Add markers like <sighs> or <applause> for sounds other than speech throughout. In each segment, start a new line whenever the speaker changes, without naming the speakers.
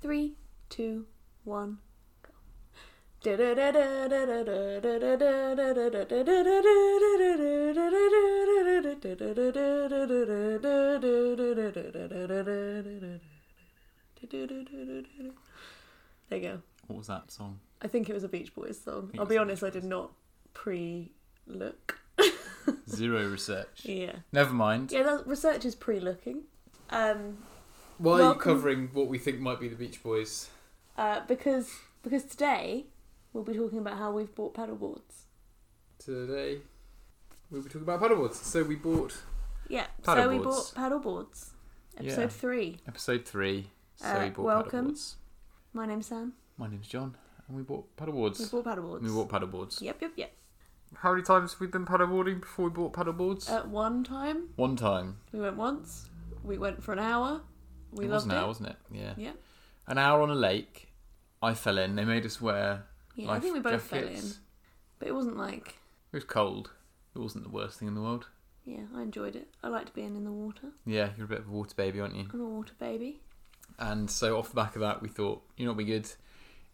Three, two, one, go. There you go.
What was that song?
I think it was a Beach Boys song.
think
I'll
it
be
was a
honest,
Beach
I did
Boys.
not pre <laughs> look.
Zero research.
Yeah.
Never mind.
Yeah, that research is pre looking. Um,
Why are you
Welcome.
covering what we think might be the Beach Boys?
uh, because because today we'll be talking about how we've bought paddleboards.
Today, we'll be talking about paddleboards. So we bought
Yeah. So we
Paddleboards.
bought paddleboards. Episode
Yeah.
three.
Episode three. So
Uh,
we bought
welcome.
paddleboards.
My name's Sam.
My name's John, and we bought paddleboards.
We bought paddleboards.
We bought paddleboards.
Yep, yep, yep.
How many times have we been paddleboarding before we bought paddleboards?
At one time,
One time.
we went once. We went for an hour. We
it was
loved
an hour,
it.
wasn't it? Yeah.
Yeah.
An hour on a lake. I fell in. They made us wear.
Yeah, I
life
think we both fell in,
jackets.
but it wasn't like
It was cold. It wasn't the worst thing in the world.
yeah. I enjoyed it. I liked being in the water.
Yeah, you're a bit of a water baby, aren't you?
I'm a water baby.
And so off the back of that, we thought, you know, it'd be good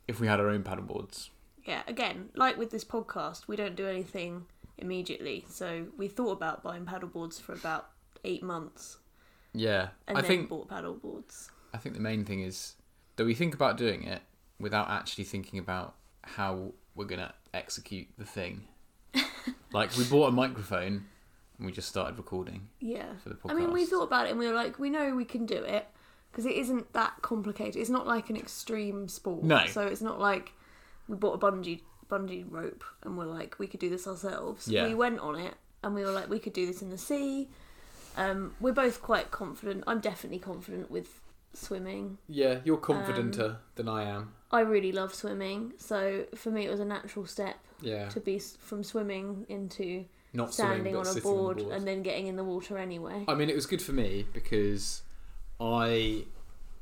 if we had our own paddleboards.
Yeah. Again, like with this podcast, we don't do anything immediately. So we thought about buying paddleboards for about eight months,
Yeah,
and
I
then
think
bought paddleboards.
I think the main thing is that we think about doing it without actually thinking about how we're gonna execute the
<laughs>
thing. like we bought a microphone and we just started recording
Yeah.
for the podcast.
I mean, we thought about it and we were like, we know we can do it because it isn't that complicated. It's not like an extreme sport.
No.
So it's not like we bought a bungee bungee rope and we're like, we could do this ourselves.
Yeah.
We went on it and we were like, we could do this in the sea. Um, we're both quite confident. I'm definitely confident with swimming.
yeah. You're
Um,
confidenter than I am.
I really love swimming, so for me it was a natural step
Yeah,
to be s- from swimming into
not
standing
swimming,
on
but
a
sitting
board,
on a board.
and then getting in the water anyway.
I mean, it was good for me because I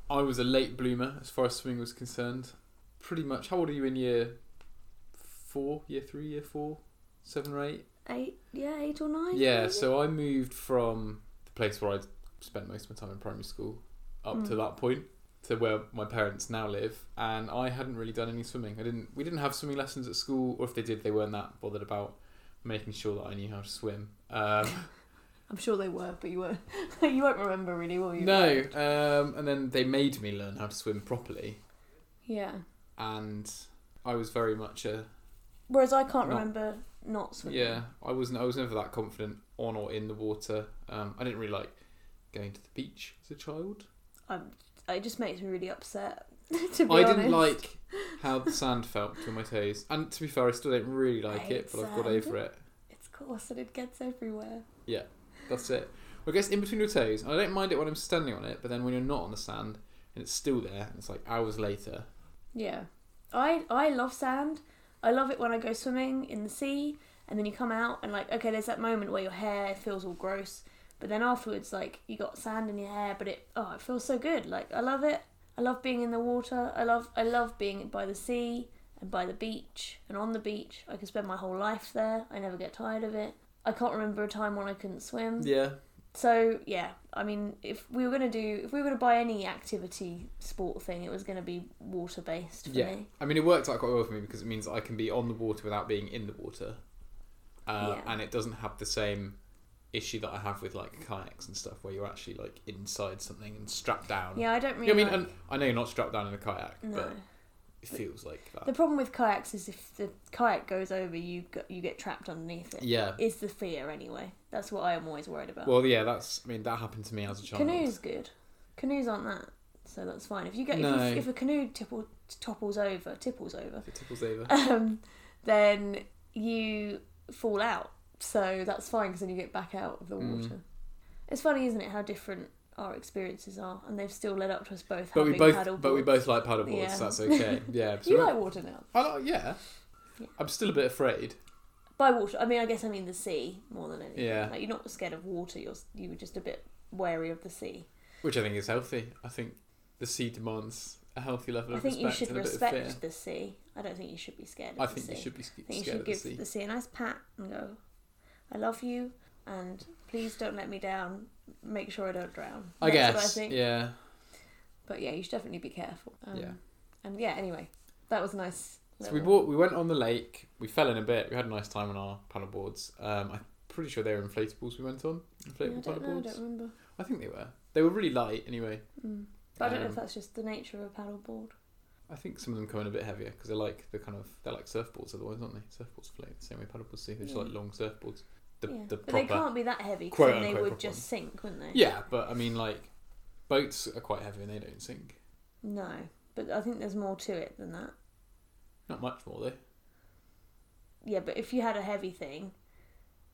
I was a late bloomer as far as swimming was concerned. Pretty much. How old are you in year four, year three, year four, seven or eight?
Eight, yeah, eight or nine.
Yeah,
maybe?
so I moved from the place where I spent most of my time in primary school up to that point to where my parents now live, and I hadn't really done any swimming. I didn't. We didn't have swimming lessons at school, or if they did, they weren't that bothered about making sure that I knew how to swim. Um,
I'm sure they were, but you won't. <laughs> you won't remember really, will you?
no, um, and then they made me learn how to swim properly,
Yeah.
and I was very much a
Whereas I can't
Not-
remember not swimming.
yeah. I wasn't. I was never that confident on or in the water. Um, I didn't really like going to the beach as a child.
I'm, it just makes me really upset. <laughs> to be
I
honest.
didn't like how the sand felt between my toes. And to be fair, I still don't really like
Hate
it, but I've got
sand.
over it.
It's coarse and it gets everywhere.
That's it. Well, I guess in between your toes, I don't mind it when I'm standing on it, but then when you're not on the sand and it's still there, and it's like hours later.
Yeah. I I love sand. I love it when I go swimming in the sea, and then you come out and like okay, there's that moment where your hair feels all gross, but then afterwards like you got sand in your hair, but it oh it feels so good. Like I love it. I love being in the water. I love I love being by the sea and by the beach and on the beach. I could spend my whole life there. I never get tired of it. I can't remember a time when I couldn't swim.
Yeah.
So yeah, I mean, if we were gonna do, if we were gonna buy any activity sport thing, it was gonna be water based for
Yeah.
me.
I mean, it worked out quite well for me because it means I can be on the water without being in the water. Uh,
Yeah.
And it doesn't have the same issue that I have with like kayaks and stuff where you're actually like inside something and strapped down.
Yeah, I don't really.
Yeah, I mean,
like-
and I know you're not strapped down in a kayak,
no.
but uh, it feels like that.
The problem with kayaks is if the kayak goes over, you go, you get trapped underneath it.
Yeah.
Is the fear anyway? That's what I am always worried about.
Well, yeah, that's. I mean, that happened to me as a child.
Canoes good. Canoes aren't that, so that's fine. If you get
No.
if, you, if a canoe tipple, topples over, tipples over,
If it tipples over.
um, then you fall out. So that's fine because then you get back out of the
Mm.
water. It's funny, isn't it, how different our experiences are, and they've still led up to us both
But
having
we both,
paddle
but we
boards.
both like paddleboards,
Yeah.
so that's okay. Yeah.
<laughs>
so
You
we're-
like water now?
I like, yeah.
Yeah.
I'm still a bit afraid.
By water, I mean I guess I mean the sea more than anything.
Yeah.
Like you're not scared of water. You're you were just a bit wary of the sea.
Which I think is healthy. I think the sea demands a healthy level
I
of
think you
respect
should
and a bit of fear.
respect the sea. I don't think you should be scared of
I
the
think
sea.
you should be sc-
I think you
scared
should
of the
give
sea.
the sea a nice pat and go, I love you, and please don't let me down. Make sure I don't drown.
I
That's
guess.
what I think.
Yeah.
But yeah, you should definitely be careful. Um,
Yeah.
And yeah, anyway, that was nice.
So we
little-
bought, we went on the lake. We fell in a bit. We had a nice time on our paddle boards. Um, I'm pretty sure they were inflatables. We went on
Yeah,
inflatable
I
paddle
don't know. I
boards.
don't remember.
I think they were. They were really light anyway.
Mm. But I don't know
Um,
if that's just the nature of a paddleboard.
I think some of them come in a bit heavier because they're like the kind of they're like surfboards otherwise, aren't they? Surfboards float the same way paddleboards do. They're just
Yeah.
like long surfboards. The,
yeah.
the
but
proper.
they can't be that heavy because
quote
then they
unquote
would
proper
just
ones.
sink, wouldn't they?
Yeah, but I mean like boats are quite heavy and they don't sink.
No, but I think there's more to it than that.
Not much more though.
Yeah, but if you had a heavy thing,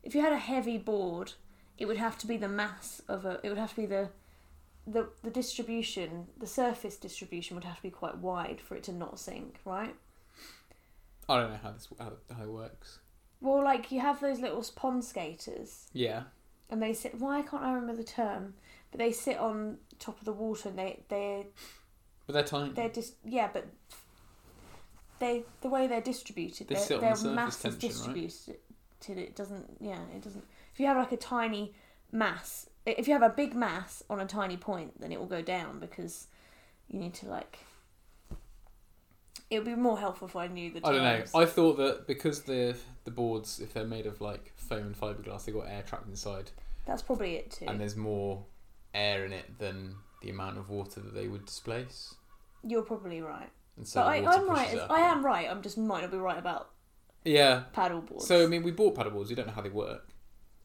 if you had a heavy board, it would have to be the mass of a. It would have to be the, the the distribution, the surface distribution would have to be quite wide for it to not sink, right?
I don't know how this how, how it works.
Well, like you have those little pond skaters,
Yeah.
and they sit. Why can't I remember the term? But they sit on top of the water, and they they
But they're tiny.
they're just yeah, but they the way they're distributed,
They
their-
sit on
their
the surface
mass is
tension, right?
distributed. It doesn't yeah, it doesn't. If you have like a tiny mass, i- if you have a big mass on a tiny point, then it will go down because you need to like. It would be more helpful if I knew the.
I don't know.
terms.
I thought that because the the boards, if they're made of like foam and fiberglass, they got air trapped inside,
That's probably it too.
and there's more air in it than the amount of water that they would displace.
You're probably right.
And so
but
the
I,
water
I'm
pushes
right.
it
as-
up
I
again.
am right. I'm just might not be right about
Yeah.
paddle boards.
So I mean, we bought paddle boards. We don't know how they work.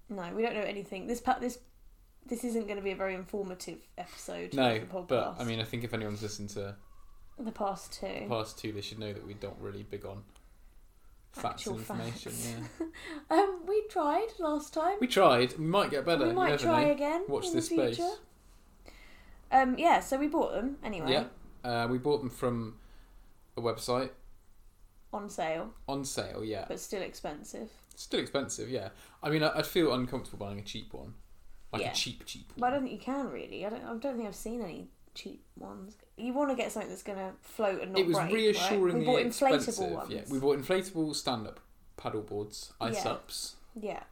no, we don't know anything. This pa- this this isn't going to be a very informative episode.
No,
of the podcast.
but I mean, I think if anyone's listened to
The past two.
the past two, they should know that we don't really big on facts
Actual
and information.
facts.
Yeah,
Um, we tried last time.
we tried. We might get better.
we
you
might
never
try
know.
again.
Watch
in
this
the
space.
future. Um, yeah, so we bought them anyway
Yeah, uh, we bought them from a website
on sale,
on sale. Yeah,
but still expensive.
still expensive. Yeah, I mean, I- I'd feel uncomfortable buying a cheap one, like
Yeah.
a cheap cheap.
But I
One.
don't think you can really. I don't. I don't think I've seen any cheap ones. You want to get something that's gonna float and not
It was
break. Right?
reassuringly
We bought inflatable
expensive.
ones.
Yeah, we bought inflatable stand-up paddle boards,
Yeah.
ice ups.
Yeah.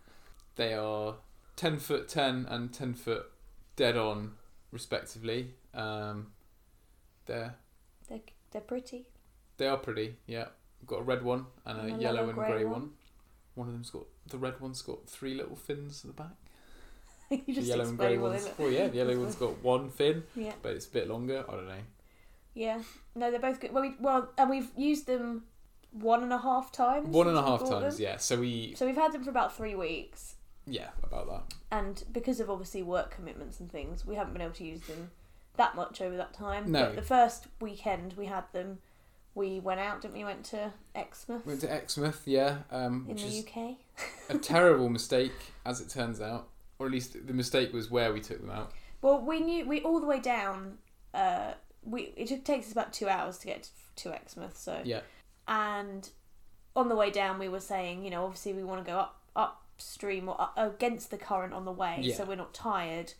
They are 10 foot 10 and 10 foot dead on, respectively. Um, they're,
They're they're pretty. <laughs>
they are pretty, yeah. We've got a red one and a
And a
yellow
yellow
and
grey
grey one.
one.
One of them's got, the red one's got three little fins at the back.
you
The
just
yellow and grey
explain what they
one's,
look.
well, yeah,
<laughs>
the yellow one's got one fin,
Yeah.
but it's a bit longer. I don't know.
Yeah. No, they're both good. Well, we, well, and we've used them one and a half times.
One and a
since we
half
bought
times,
them.
yeah. So we,
So we've had them for about three weeks.
yeah, about that.
and because of obviously work commitments and things, we haven't been able to use them that much over that time.
No.
But the first weekend we had them, we went out, didn't we? Went to Exmouth
Went to Exmouth, yeah, um,
in
which is
the UK.
a terrible mistake, as it turns out. Or at least the mistake was where we took them out.
Well, we knew we all the way down. Uh, we it took, takes us about two hours to get to, to Exmouth, so
Yeah.
And on the way down, we were saying, you know, obviously we want to go up upstream or up, against the current on the way,
Yeah.
so we're not tired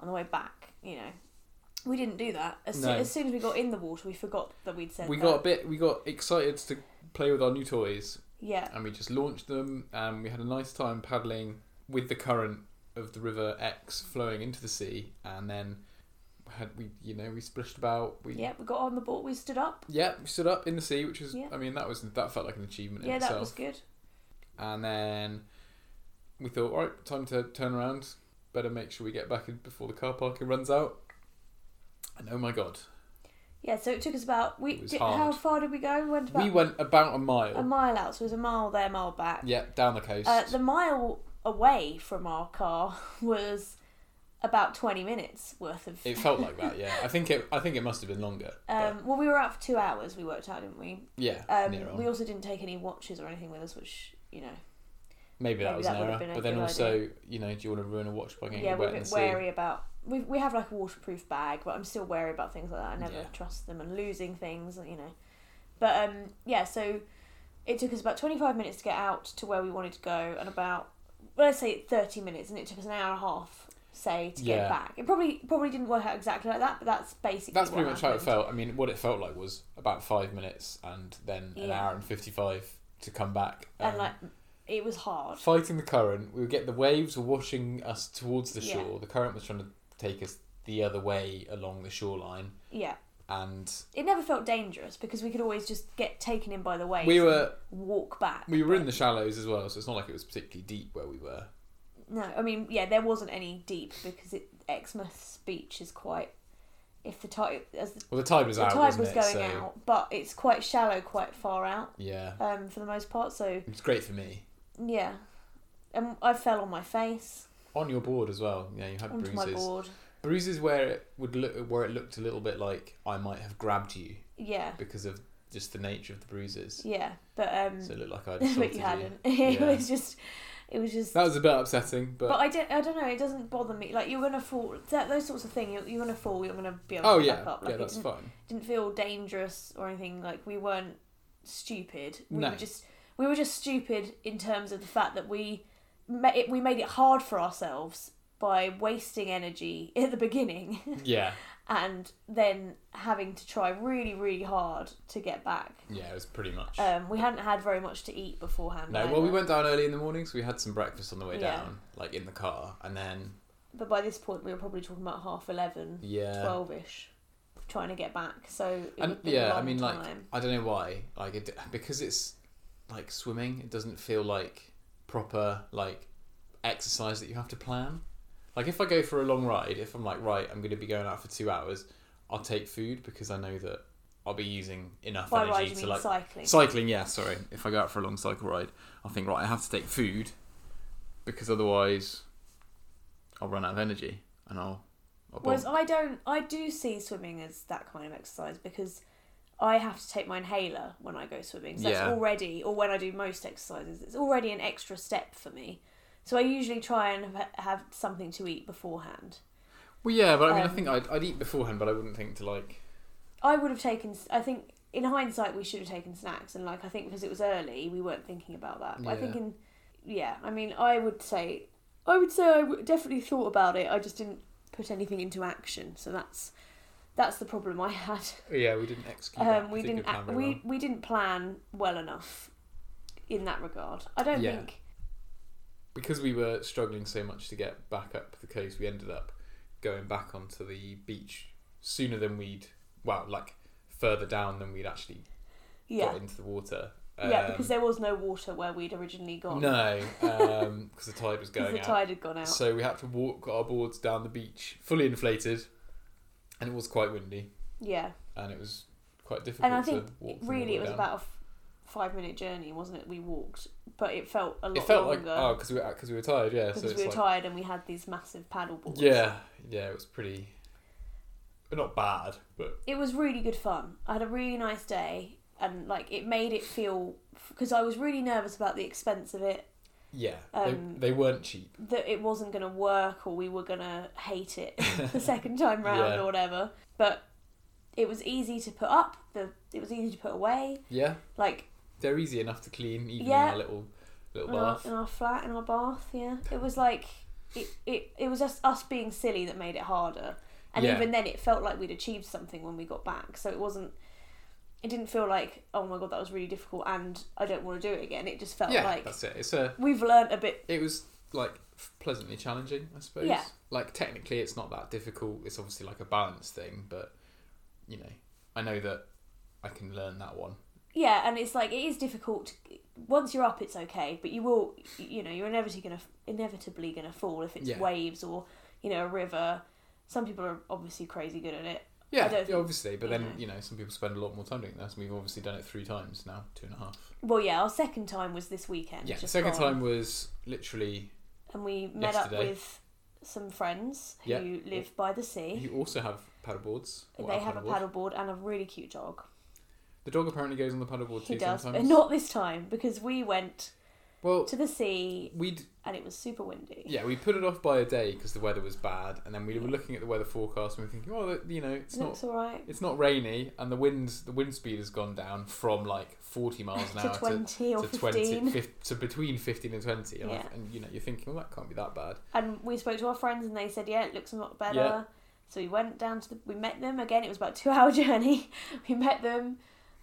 on the way back. You know, we didn't do that. As, soo-
No.
as soon as we got in the water, we forgot that we'd said
we
that.
got a bit we got excited to play with our new toys
yeah,
and we just launched them and we had a nice time paddling with the current of the river x flowing into the sea and then had we you know we splashed about we
yeah. We got on the board. We stood up.
yeah we stood up in the sea which was
Yeah.
i mean that was that felt like an achievement
yeah,
in
that
itself
was good.
and then we thought all right time to turn around better make sure we get back in before the car parker runs out and oh my god
Yeah, so it took us about we
It was
did,
hard.
how far did we go? We went about
we went about a mile
a mile out, so it was a mile there, mile back.
yeah down the coast
Uh, the mile away from our car <laughs> was about 20 minutes worth of.
It felt like that, yeah. I think it. I think it must have been longer. but
um, well, we were out for two hours, we worked out, didn't we?
yeah, near
Um,
on.
we also didn't take any watches or anything with us, which, you know,
maybe that
maybe
was
that
an
would have
error.
been a
But then
good
also, you know, do you want to ruin a watch by getting
yeah,
wet
we're a
in the
bit
sea?
wary about. We, we have like a waterproof bag, but I'm still wary about things like that. I never
Yeah.
trust them and losing things, you know. But um, yeah, so it took us about 25 minutes to get out to where we wanted to go, and about well, let's say 30 minutes, and it took us an hour and a half, say, to
Yeah.
get back. It probably probably didn't work out exactly like that, but that's basically
That's
what
pretty much how it
happened.
felt. I mean, what it felt like was about five minutes, and then an
Yeah.
hour and fifty-five to come back.
And
Um,
like, it was hard.
fighting the current, we would get the waves were washing us towards the
Yeah.
shore. The current was trying to take us the other way along the shoreline,
Yeah.
and
It never felt dangerous because we could always just get taken in by the waves.
we
and
were
walk back.
we were in the shallows as well, so it's not like it was particularly deep where we were.
No, I mean, yeah, there wasn't any deep because it, Exmouth's beach is quite. If the tide as the,
Well, the tide was
the
out,
tide
wasn't
was
it?
going
so
out, but it's quite shallow, quite far out
yeah,
um, for the most part. So
it's great for me.
yeah, um, I fell on my face
On your board as well, yeah, you had
onto my
bruises.
board.
Bruises where it would look where it looked a little bit like I might have grabbed you
Yeah,
because of just the nature of the bruises.
yeah, but um,
So it looked like
<laughs>
I'd
but
assaulted
you
you.
hadn't. <laughs> it
Yeah.
was just, it was just.
That was a bit upsetting, but,
But, I don't, I don't know. It doesn't bother me. Like you're gonna fall, that, those sorts of things. You're, you're gonna fall. You're gonna be able
oh
to get
yeah,
back up. Like
yeah,
it
that's
didn't, <laughs>
fine.
didn't feel dangerous or anything. Like we weren't stupid. We
No.
were just, we were just stupid in terms of the fact that we, ma- it, we made it hard for ourselves by wasting energy <laughs> at the beginning
<laughs> Yeah,
and then having to try really, really hard to get back.
yeah, it was pretty much.
Um, we hadn't had very much to eat beforehand.
no, well, we
either.
went down early in the morning, so we had some breakfast on the way
Yeah.
down, like in the car, and then
But by this point, we were probably talking about half eleven.
yeah,
twelve ish, trying to get back. So it
and
would've been a
yeah, I
long
mean, like
time.
I don't know why, like it, because it's like swimming, it doesn't feel like proper like exercise that you have to plan. Like if I go for a long ride, if I'm like right, I'm going to be going out for two hours, I'll take food because I know that I'll be using enough
by
energy
ride you
to
mean
like
cycling.
Cycling, yeah, sorry. If I go out for a long cycle ride, I think, right, I have to take food because otherwise I'll run out of energy and I'll. I'll
Whereas
bomb.
I don't, I do see swimming as that kind of exercise because I have to take my inhaler when I go swimming. So
Yeah.
that's already, or when I do most exercises, it's already an extra step for me. So I usually try and ha- have something to eat beforehand.
Well, yeah, but I mean, I
um,
think I'd, I'd eat beforehand, but I wouldn't think to like.
I would have taken. I think in hindsight we should have taken snacks, and like I think because it was early, we weren't thinking about that. But I think
Yeah.
in, yeah, I mean, I would say, I would say I w- definitely thought about it. I just didn't put anything into action. So that's that's the problem I had.
Yeah, we didn't execute.
Um, we didn't act, we we didn't plan well enough in that regard. I don't
Yeah.
think.
Because we were struggling so much to get back up the coast, we ended up going back onto the beach sooner than we'd. Well, like further down than we'd actually
Yeah.
got into the water.
yeah,
Um,
because there was no water where we'd originally gone.
No, because the tide
<laughs>
was
because
going
the
out.
tide had gone out.
So we had to walk our boards down the beach, fully inflated, and it was quite windy,
yeah.
and it was quite difficult.
and I
to
think
walk from the
really it was
water down.
about a f- five minute journey, wasn't it? We walked, but it felt a lot
It felt like
longer
oh, because we because we were tired, yeah. so
because
it's
we were
like,
tired and we had these massive paddle boards.
Yeah, yeah, it was pretty, but not bad, but
it was really good fun. I had a really nice day, and like it made it feel because I was really nervous about the expense of it
yeah,
Um,
they, they weren't cheap.
that it wasn't going to work or we were going to hate it <laughs>
<laughs>
the second time round
Yeah.
or whatever. But it was easy to put up. The it was easy to put away.
Yeah,
Like
they're easy enough to clean, even in
Yeah. Uh-huh.
our little little
in our,
bath.
in our flat in our bath yeah it was like it, it it was just us being silly that made it harder and
Yeah.
even then it felt like we'd achieved something when we got back so it wasn't it didn't feel like oh my god that was really difficult and i don't want to do it again it just felt
yeah,
like
that's it. It's a
we've learnt a bit
it was like f- pleasantly challenging, I suppose.
Yeah.
Like technically, it's not that difficult. It's obviously like a balance thing, but you know, I know that I can learn that one.
yeah and it's like it is difficult to, once you're up it's okay but you will you know you're inevitably gonna inevitably gonna fall if it's
Yeah.
waves or you know a river some people are obviously crazy good at it
Yeah,
I don't
yeah,
think-
obviously. But
you
then
know.
you know, some people spend a lot more time doing this. and We've obviously done it three times now, two and a half.
well yeah our second time was this weekend
Yeah, the
just
second
gone.
time was literally.
and we met up
Yesterday.
with some friends who
Yeah.
live by the sea.
You also have paddle boards. or
Eh? they have a
paddleboard.
paddleboard and a really cute dog.
The dog apparently goes on the paddleboard
He
too
does, but
sometimes.
not this time because we went
well,
to the sea
we'd
and it was super windy.
yeah we put it off by a day because the weather was bad, and then we were looking at the weather forecast and we were thinking, oh, you know, it's
It
not
looks alright.
It's not rainy, and the winds the wind speed has gone down from like forty miles an
To
hour to
twenty or
to
fifteen,
fif- to between fifteen and twenty. And, I-
Yeah.
and you know, you're thinking, well, that can't be that bad.
and we spoke to our friends and they said, "Yeah, it looks a lot better."
Yeah.
So we went down to the. We met them again. It was about a two-hour <laughs> journey. we met them.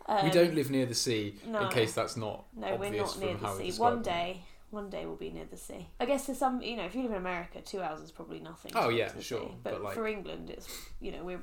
Um,
we don't live near the sea,
no.
in case that's not
No, we're
obvious
not near
from how we
the sea.
describe
One
it.
day One day we'll be near the sea. I guess there's some, you know, if you live in America, two hours is probably nothing.
Oh,
to get
yeah,
to the
sure,
sea. But,
but, like-
for England, it's you know we're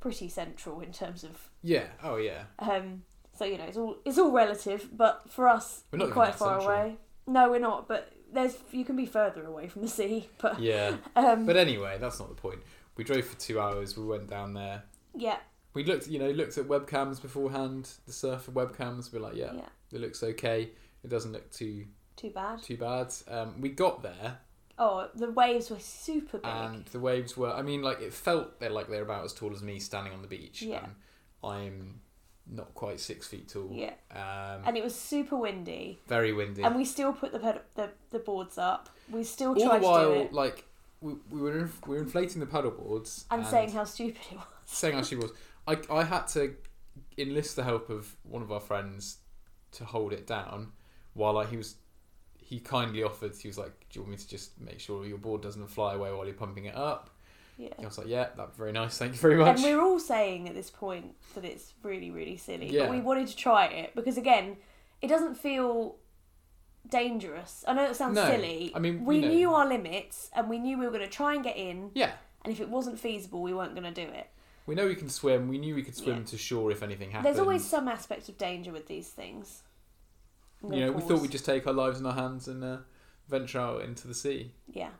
pretty central in terms of.
Yeah. Oh yeah.
Um, so you know it's all it's all relative, but for us
We're
we're,
not
quite
that
far
central.
away. No, we're not. But there's you can be further away from the sea, <laughs> but
Yeah.
um,
But anyway, that's not the point. We drove for two hours. We went down there.
yeah,
We looked, you know, looked at webcams beforehand. The surfer webcams. We're like, yeah,
yeah,
it looks okay. It doesn't look too
too bad.
too bad. Um, we got there,
Oh, the waves were super big.
and the waves were. I mean, like it felt they're like they're about as tall as me standing on the beach.
Yeah.
And I'm not quite six feet tall.
yeah,
Um,
and it was super windy.
very windy.
And we still put the, ped- the the boards up. We still
All the
tried to do
while,
it
like we, we were inf- we were inflating the paddle boards
and saying how stupid it was. <laughs>
saying how she was. I I had to enlist the help of one of our friends to hold it down while like he was he kindly offered he was like do you want me to just make sure your board doesn't fly away while you're pumping it up
Yeah.
I was like yeah that's very nice thank you very much
And we're all saying at this point that it's really, really silly.
Yeah.
But we wanted to try it because again, it doesn't feel dangerous. I know it sounds
No,
silly.
I mean,
we
you know.
knew our limits and we knew we were going to try and get in.
yeah
And if it wasn't feasible, we weren't going to do it.
we know we can swim we knew we could swim
Yeah.
to shore if anything happened
There's always some aspect of danger with these things. I'm
you
gonna
know we thought
pause.
we'd just take our lives in our hands and uh, venture out into the sea
Yeah.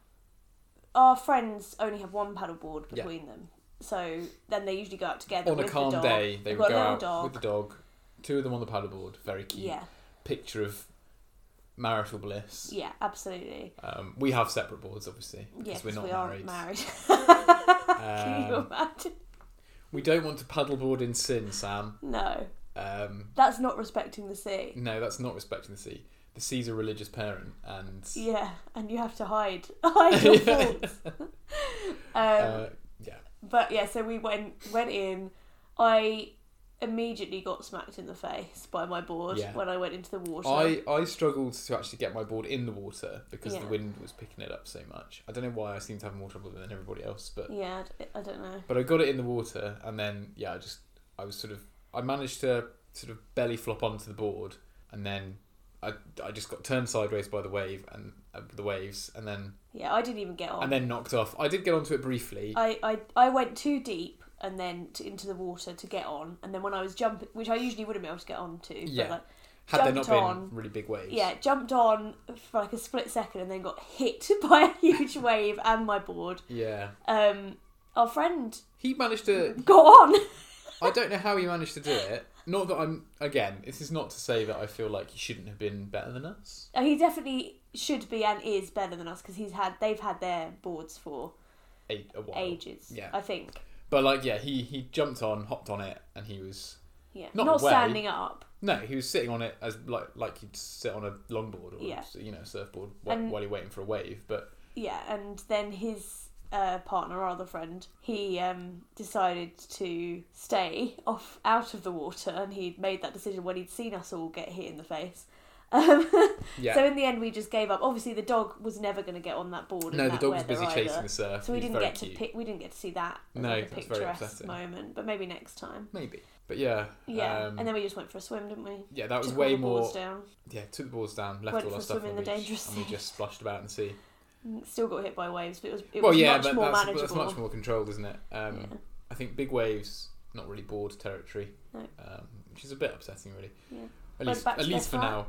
Our friends only have one paddleboard
Yeah.
between them. So then they usually go out together
on a
with
calm
the dog.
day they
They've got a
would go
little
out
dog.
with the dog two of them on the paddleboard very cute
Yeah.
picture of marital bliss
Yeah, absolutely.
Um, we have separate boards, obviously,
Yeah,
because
'cause
we're
we
not
aren't
married.
married. <laughs> Can you
Um,
imagine?
<laughs> we don't want to paddleboard in sin, Sam.
No,
Um,
that's not respecting the sea.
no, that's not respecting the sea. The sea's a religious parent, and
Yeah, and you have to hide, <laughs> hide
<laughs>
your faults. <laughs> um,
uh, yeah,
but yeah, so we went went in. I immediately got smacked in the face by my board
Yeah.
when I went into the water.
I I struggled to actually get my board in the water because the
Yeah.
wind was picking it up so much. I don't know why I seem to have more trouble than everybody else, but
yeah, I d- I don't know.
but I got it in the water, and then yeah, I just I was sort of I managed to sort of belly flop onto the board, and then I I just got turned sideways by the wave and uh, the waves, and then
Yeah, I didn't even get on.
and then knocked off. I did get onto it briefly.
I, I I went too deep and then to, into the water to get on, and then when I was jumping, which I usually wouldn't be able to get on to,
Yeah.
but like,
Had there not
jumped
been
on.
really big waves,
yeah, jumped on for like a split second and then got hit <laughs> by a huge wave and my board.
yeah.
Um, our friend
He managed to.
got on. <laughs>
I don't know how he managed to do it. Not that I'm. Again, this is not to say that I feel like he shouldn't have been better than us.
he definitely should be and is better than us because he's had they've had their boards for
A, a while.
ages.
Yeah.
I think.
But like, yeah, he he jumped on, hopped on it, and he was
Yeah,
Not
not,
away.
standing up.
No, he was sitting on it as like like you'd sit on a longboard or
Yeah.
you know surfboard while,
And-
while you're waiting for a wave. But
Yeah, and then his uh, partner, or other friend, he um, decided to stay off out of the water, and he'd made that decision when he'd seen us all get hit in the face. Um, <laughs>
yeah,
So in the end, we just gave up. Obviously, the dog was never going to get on that board.
no,
in
the
that
dog was
weather
busy
either.
chasing the surf.
So we
He was
didn't
very
get to
cute.
pic- we didn't get to see that. as,
No,
like a
that's very
picturesque
upsetting.
moment, but maybe next time.
maybe, but yeah,
Yeah,
um,
and then we just went for a swim, didn't we?
yeah, that was
Took
way
all the boards
more.
down.
Yeah, took the boards down, left
Went
all our
for a
stuff
swim
on
in
the
the
beach,
dangerous
and
<laughs>
we
sea.
just splashed about in the sea.
Still got hit by waves, but it was it
well,
was
yeah,
much
but
more
that's,
manageable.
that's much more controlled, isn't it? Um,
Yeah.
I think big waves, not really board territory,
No.
um, which is a bit upsetting, really.
Yeah.
At
Went
least,
back
at
to their
least for
flat.
now.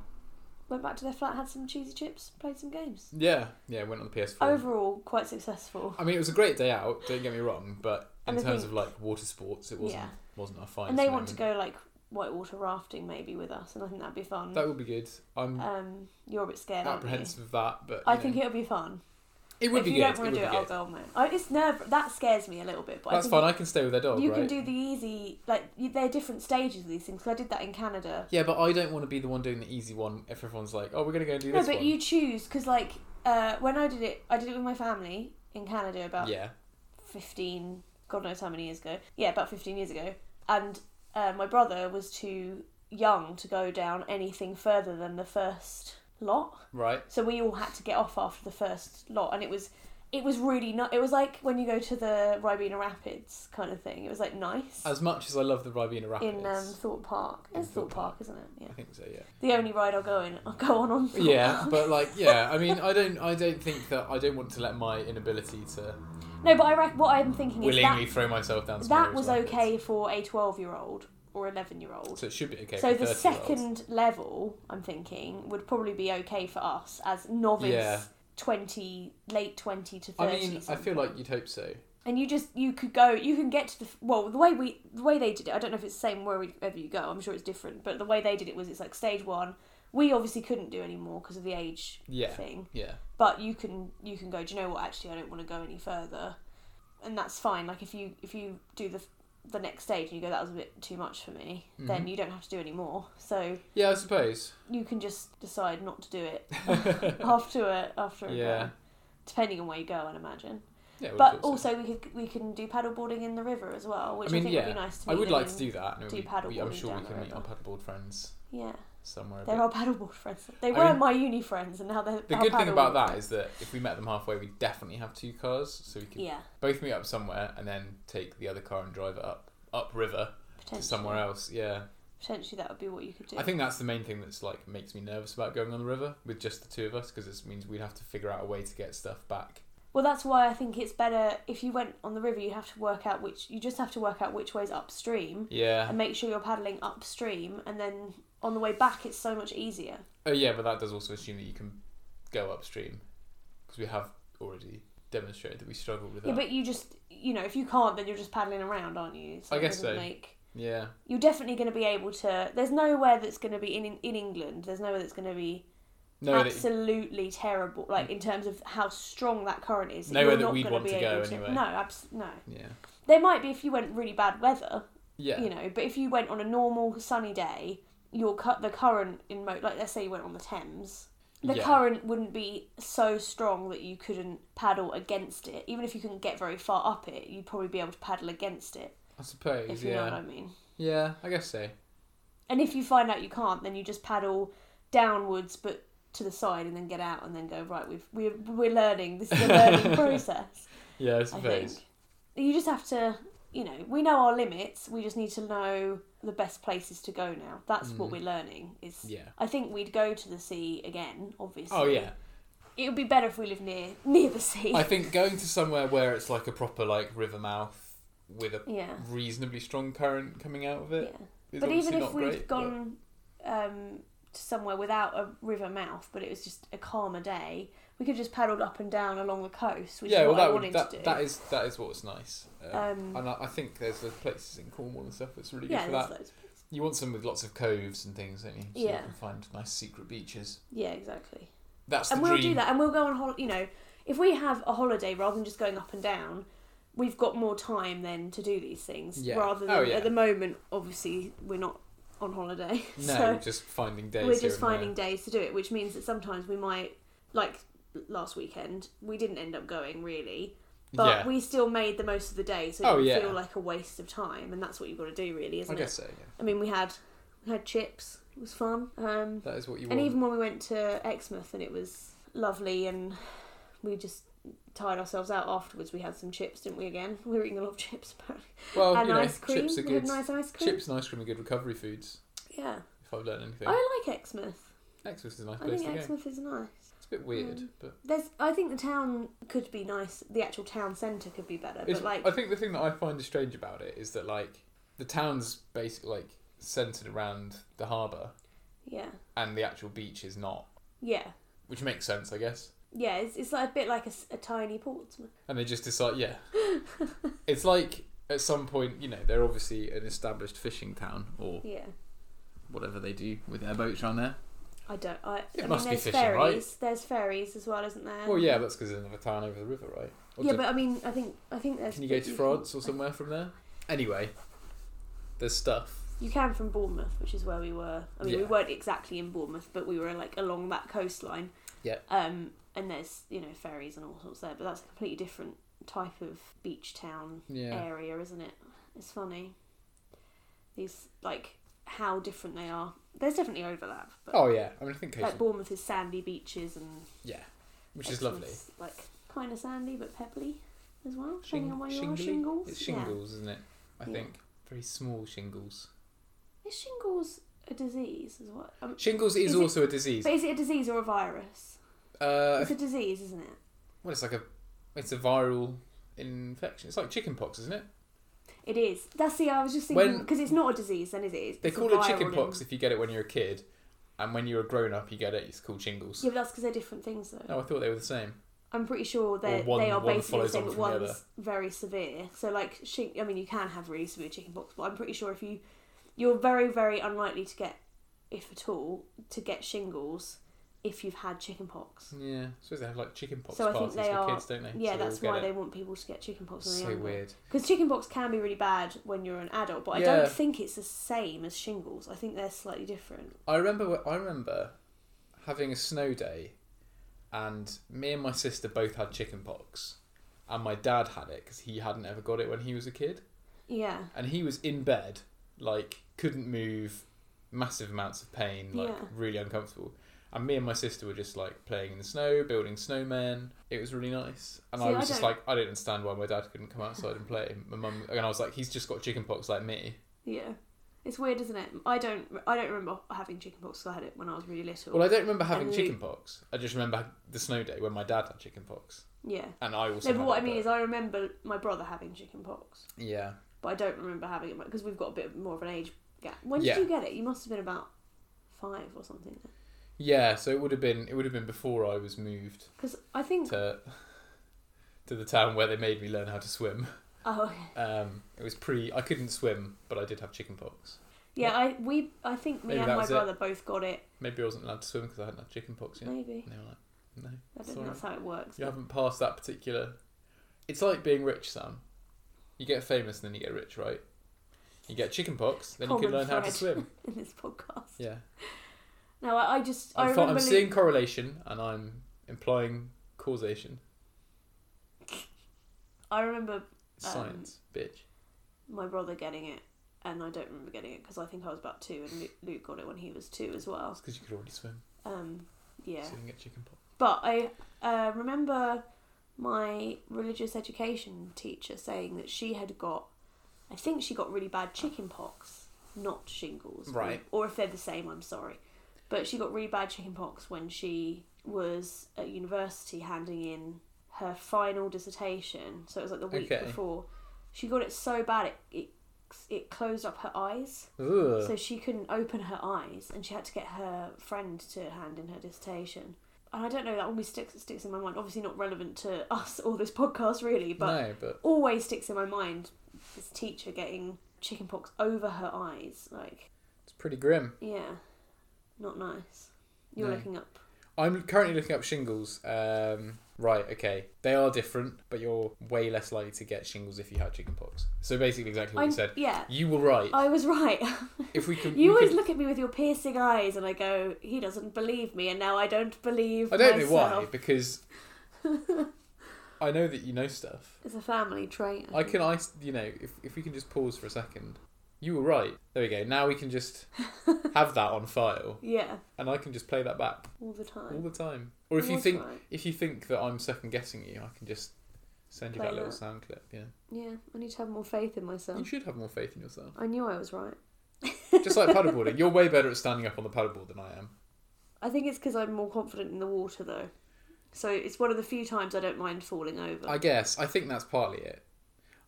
Went back to their flat, had some cheesy chips, played some games.
Yeah, yeah, went on the PS4.
Overall, quite successful.
I mean, it was a great day out. Don't get me wrong, but in
And I
terms
think-
of like water sports, it wasn't
Yeah.
wasn't our finest.
and they want to
moment.
go like whitewater rafting maybe with us, and I think that'd be fun.
That would be good. I'm
Um, you're a bit scared, aren't you?
apprehensive of that, but
I
you know,
think it'll be fun.
it would
if
be
you
good.
don't
it
want
would
to do
be
it, I'll
good.
go on my. I, it's nerve that scares me a little bit, but
That's
I think
fine. I can stay with their dog,
you
right?
can do the easy like you, there are different stages of these things. 'cause I did that in Canada.
Yeah, but I don't want to be the one doing the easy one. If everyone's like, "Oh, we're gonna go and do
No,
this
but
one,"
you choose because like uh, when I did it, I did it with my family in Canada about
yeah,
fifteen, God knows how many years ago. Yeah, about fifteen years ago, and uh, my brother was too young to go down anything further than the first lot.
right,
So we all had to get off after the first lot, and it was it was really not. It was like when you go to the Ribena Rapids kind of thing. It was like nice
As much as I love the Ribena Rapids,
in um, Thorpe Park.
In
It's Thorpe
Thorpe Park.
Park, isn't it? Yeah.
I think so. Yeah.
The only ride I'll go in, I'll go on on. Thorpe
Yeah,
Park.
but like, yeah. I mean, I don't. I don't think that. I don't want to let my inability to
no, but I reckon what I'm thinking is
willingly
that
throw myself down. some
that
roads
was
like
okay for a 12 year old or 11 year
this.
old.
So it should be okay.
So
for
the
30-year-olds.
second level, I'm thinking, would probably be okay for us as novice,
Yeah.
20, late 20 to 30.
I mean, I feel
something.
like you'd hope so.
and you just you could go you can get to the well the way we the way they did it i don't know if it's the same wherever you go i'm sure it's different but the way they did it was it's like stage one we obviously couldn't do any more because of the age
Yeah.
thing
Yeah.
but you can you can go do you know what actually i don't want to go any further and that's fine like if you if you do the the next stage and you go that was a bit too much for me then
Mhm.
you don't have to do any more so
Yeah, I suppose. <laughs>
you can just decide not to do it after a after a
Yeah.
go depending on where you go i'd imagine
Yeah, I would
but
have thought so.
also we could we can do paddleboarding in the river as well, which I,
I mean,
think
yeah,
would be nice to meet
I would
them
like
and-
to do that. and
do
we- we- I'm
paddleboarding
sure we
down
can
the
meet our paddleboard friends
Yeah,
somewhere. a
they're
bit.
our paddleboard friends. They
I
were
mean,
my uni friends, and now they're
The
our
good thing
paddleboard
about that
friends.
is that if we met them halfway, we'd definitely have two cars, so we could
yeah,
both meet up somewhere and then take the other car and drive it up upriver to
potentially
somewhere else. Yeah,
Potentially that would be what you could do.
I think that's the main thing that's like makes me nervous about going on the river with just the two of us because it means we'd have to figure out a way to get stuff back.
well, that's why I think it's better if you went on the river. You have to work out which you just have to work out which way's upstream
Yeah.
and make sure you're paddling upstream, and then on the way back it's so much easier.
Oh yeah, but that does also assume that you can go upstream because we have already demonstrated that we struggle with that.
Yeah, but you just you know if you can't, then you're just paddling around, aren't you? So
I
it
guess
doesn't
so.
Make
yeah.
you're definitely going to be able to. There's nowhere that's going to be in in England. There's nowhere that's going to be
No, that,
absolutely terrible, like in terms of how strong that current is.
Nowhere
you're
that
not
we'd
gonna
want
be
to go
able
anyway.
No, abs- no.
yeah.
There might be if you went really bad weather,
Yeah.
you know. But if you went on a normal sunny day, your cut the current in mo- like let's say you went on the Thames. The
Yeah.
current wouldn't be so strong that you couldn't paddle against it. Even if you couldn't get very far up it, you'd probably be able to paddle against it,
I suppose.
if you
yeah.
know what I mean.
Yeah, I guess so.
And if you find out you can't, then you just paddle downwards, but to the side, and then get out, and then go right. We've we're, we're learning. This is a
<laughs>
learning process.
Yeah, I
I
suppose.
think you just have to. You know, we know our limits. We just need to know the best places to go now. That's what
Mhm.
we're learning. Is
Yeah.
I think we'd go to the sea again, obviously.
Oh yeah.
It would be better if we lived near <laughs> near the sea.
I think going to somewhere where it's like a proper like river mouth with a
yeah.
reasonably strong current coming out of
Yeah.
it. is
But even
obviously
if
not
we'd
great, but-
gone um, to somewhere without a river mouth, but it was just a calmer day, we could just paddled up and down along the coast, which
yeah,
is
well
what I
that, would,
wanted
that,
to do.
that is that is what's nice. Um,
um,
and I, I think there's the places in Cornwall and stuff that's really good
yeah,
for
there's
that.
loads.
You want some with lots of coves and things, don't you? So
Yeah.
you can find nice secret beaches.
Yeah, exactly.
That's the
and we'll
dream.
do that, and we'll go on hol You know, if we have a holiday rather than just going up and down, we've got more time then to do these things.
Yeah.
Rather than
Oh, yeah.
at the moment, obviously we're not on holiday, <laughs>
No,
so
just finding days.
we're
here
just
and there.
finding days to do it, which means that sometimes we might, like last weekend, we didn't end up going really, but
yeah,
we still made the most of the day, so it
Oh,
didn't
yeah.
feel like a waste of time, and that's what you've got to do, really,
I
isn't
guess
it?
so. Yeah,
I mean, we had we had chips; it was fun, um,
that is what you
and
want.
even when we went to Exmouth, and it was lovely, and we just tired ourselves out afterwards. We had some chips, didn't we? Again, <laughs> we were eating a lot of chips, apparently.
well,
and
Oh, you know,
ice cream.
chips are
we had
good.
nice ice cream.
Chips and ice cream are good recovery foods.
Yeah,
If I've learned anything,
I like Exmouth.
Exmouth is a nice
I
place
think
to go.
Exmouth is nice.
It's a bit weird,
Mm.
but
There's, I think the town could be nice. The actual town centre could be better,
It's-
but like,
I think the thing that I find is strange about it is that like the town's basically like centered around the harbour,
yeah,
and the actual beach is not,
yeah,
which makes sense, I guess.
yeah. It's, it's like a bit like a, s- a tiny Portsmouth.
And they just
<laughs>
decide, yeah, it's like at some point, you know, they're obviously an established fishing town or
Yeah,
whatever they do with their boats around there.
I don't. I,
It
I
must be
mean, there's
fishing,
ferries.
right?
There's ferries as well, isn't there?
well, yeah, that's because there's another town over the river, right? Or
yeah,
do-
but I mean, I think I think there's.
can you go to
can-
France or somewhere from there? Anyway, there's stuff.
You can from Bournemouth, which is where we were. I mean, we
Yeah.
weren't exactly in Bournemouth, but we were like along that coastline.
Yeah.
Um, and there's you know ferries and all sorts there, but that's a completely different type of beach town
Yeah,
area, isn't it? It's funny. These like how different they are. There's definitely overlap, but
Oh yeah, I mean I think
like
coastal,
Bournemouth is sandy beaches and
yeah, which is lovely.
Exmouth's, like kind of sandy but pebbly as well, depending
Shing-
on where you are.
shingly?
Shingles,
It's
Yeah.
shingles, isn't it? I
Yeah.
think very small shingles.
Is shingles a disease? Is what? Um,
Shingles is,
Is it-
also a disease.
but is it a disease or a virus?
Uh,
It's a disease, isn't it?
well, it's like a, it's a viral infection. It's like chickenpox, isn't it?
It is. That's the. I was just thinking
When-
because it's not a disease, then is it? It's,
They
it's a
call it
viral
chickenpox
and-
if you get it when you're a kid, and when you're a grown up, you get it. It's called shingles.
Yeah, but that's because they're different things, though.
No, I thought they were the same.
I'm pretty sure that
one-
they are
one
basically the
follows
same,
on
but
from the
one's
other.
very severe. So, like, shi- I mean, you can have really severe chickenpox, but I'm pretty sure if you, you're very, very unlikely to get, if at all, to get shingles if you've had chickenpox.
Yeah, I suppose they have like chickenpox
So I think
parties
they
for
are-
kids, don't they?
Yeah,
Mm. So they
that's
all
why
get
they
it.
want people to get chickenpox. when they're
So
younger.
weird.
Because chickenpox can be really bad when you're an adult, but I
Yeah.
don't think it's the same as shingles. I think they're slightly different.
I remember. I remember having a snow day, and me and my sister both had chickenpox, and my dad had it because he hadn't ever got it when he was a kid,
Yeah.
and he was in bed, like couldn't move, massive amounts of pain, like
Yeah.
really uncomfortable. And me and my sister were just like playing in the snow, building snowmen. It was really nice. And
See,
I
I
was just
don't-
like, I don't understand why my dad couldn't come outside and play. My mum and I was like, he's just got chickenpox like me.
Yeah. It's weird, isn't it? I don't. I don't remember having chickenpox. 'cause I had it when I was really little.
Well, I don't remember having
And Luke-
chickenpox. I just remember the snow day when my dad had chickenpox,
yeah.
and I also.
No, but
had
what
it,
I mean is, I remember my brother having chickenpox,
Yeah,
but I don't remember having it because we've got a bit more of an age gap. When
Yeah.
did you get it? You must have been about five or something.
yeah. So it would have been it would have been before I was moved
Because I think.
to to the town where they made me learn how to swim.
Oh, okay.
Um, it was pre. I couldn't swim, but I did have chickenpox.
yeah. I we. I think me
Maybe that
and my
was it.
brother both got it.
Maybe I wasn't allowed to swim because I hadn't had chickenpox yet.
Maybe.
And they were like, "No,
I don't
Sorry.
know. That's how it works.
you haven't passed that particular." It's like being rich, Sam. You get famous, and then you get rich, right? You get chickenpox, then you
Common
can learn how to
thread. <laughs>
swim.
In this podcast.
Yeah.
No, I, I just. I
I'm, fi-
remember.
I'm
Luke-
seeing correlation and I'm implying causation.
I remember
It's
Um,
Science, bitch.
my brother getting it, and I don't remember getting it because I think I was about two, and Lu- Luke got it when he was two as well.
That's because you could already swim,
Um, yeah.
so you can get chicken pox.
But I uh, remember my religious education teacher saying that she had got, I think she got really bad chicken pox, not shingles.
Right.
Or, if they're the same, I'm sorry. But she got really bad chicken pox when she was at university handing in her final dissertation. So it was like the week
Okay.
before. She got it so bad it, it, it closed up her eyes.
Ugh.
So she couldn't open her eyes, and she had to get her friend to hand in her dissertation. And I don't know, that always sticks sticks in my mind. Obviously, not relevant to <laughs> us or this podcast, really, but
no, but
always sticks in my mind. This teacher getting chickenpox over her eyes, like
it's pretty grim.
yeah, not nice. You're
No.
looking up.
I'm currently looking up shingles. Um, right, okay. They are different, but you're way less likely to get shingles if you had chicken pox. So basically, exactly what
I'm-
you said. <laughs>
Yeah,
You were right.
I was right.
if we
<laughs>
could.
you
we
always
could-
look at me with your piercing eyes, and I go, "He doesn't believe me," and now I don't believe.
I don't know
myself.
why, because I know that you know stuff.
<laughs> It's a family trait.
I
think.
can, I, you know, if, if we can just pause for a second. You were right. There we go. Now we can just have that on file,
<laughs> Yeah,
and I can just play that back
all the
all
time.
the time. Or if
I
you
was
think,
right.
if you think that I'm second guessing you, I can just send you
Play
that little
that.
sound clip. Yeah,
Yeah, I need to have more faith in
you
myself.
should have more faith in yourself.
I knew I was right.
just like paddleboarding, you're way better at standing up on the paddleboard than I am.
I think it's because I'm more confident in the water, though. So it's one of the few times I don't mind falling over.
I guess I think that's partly it.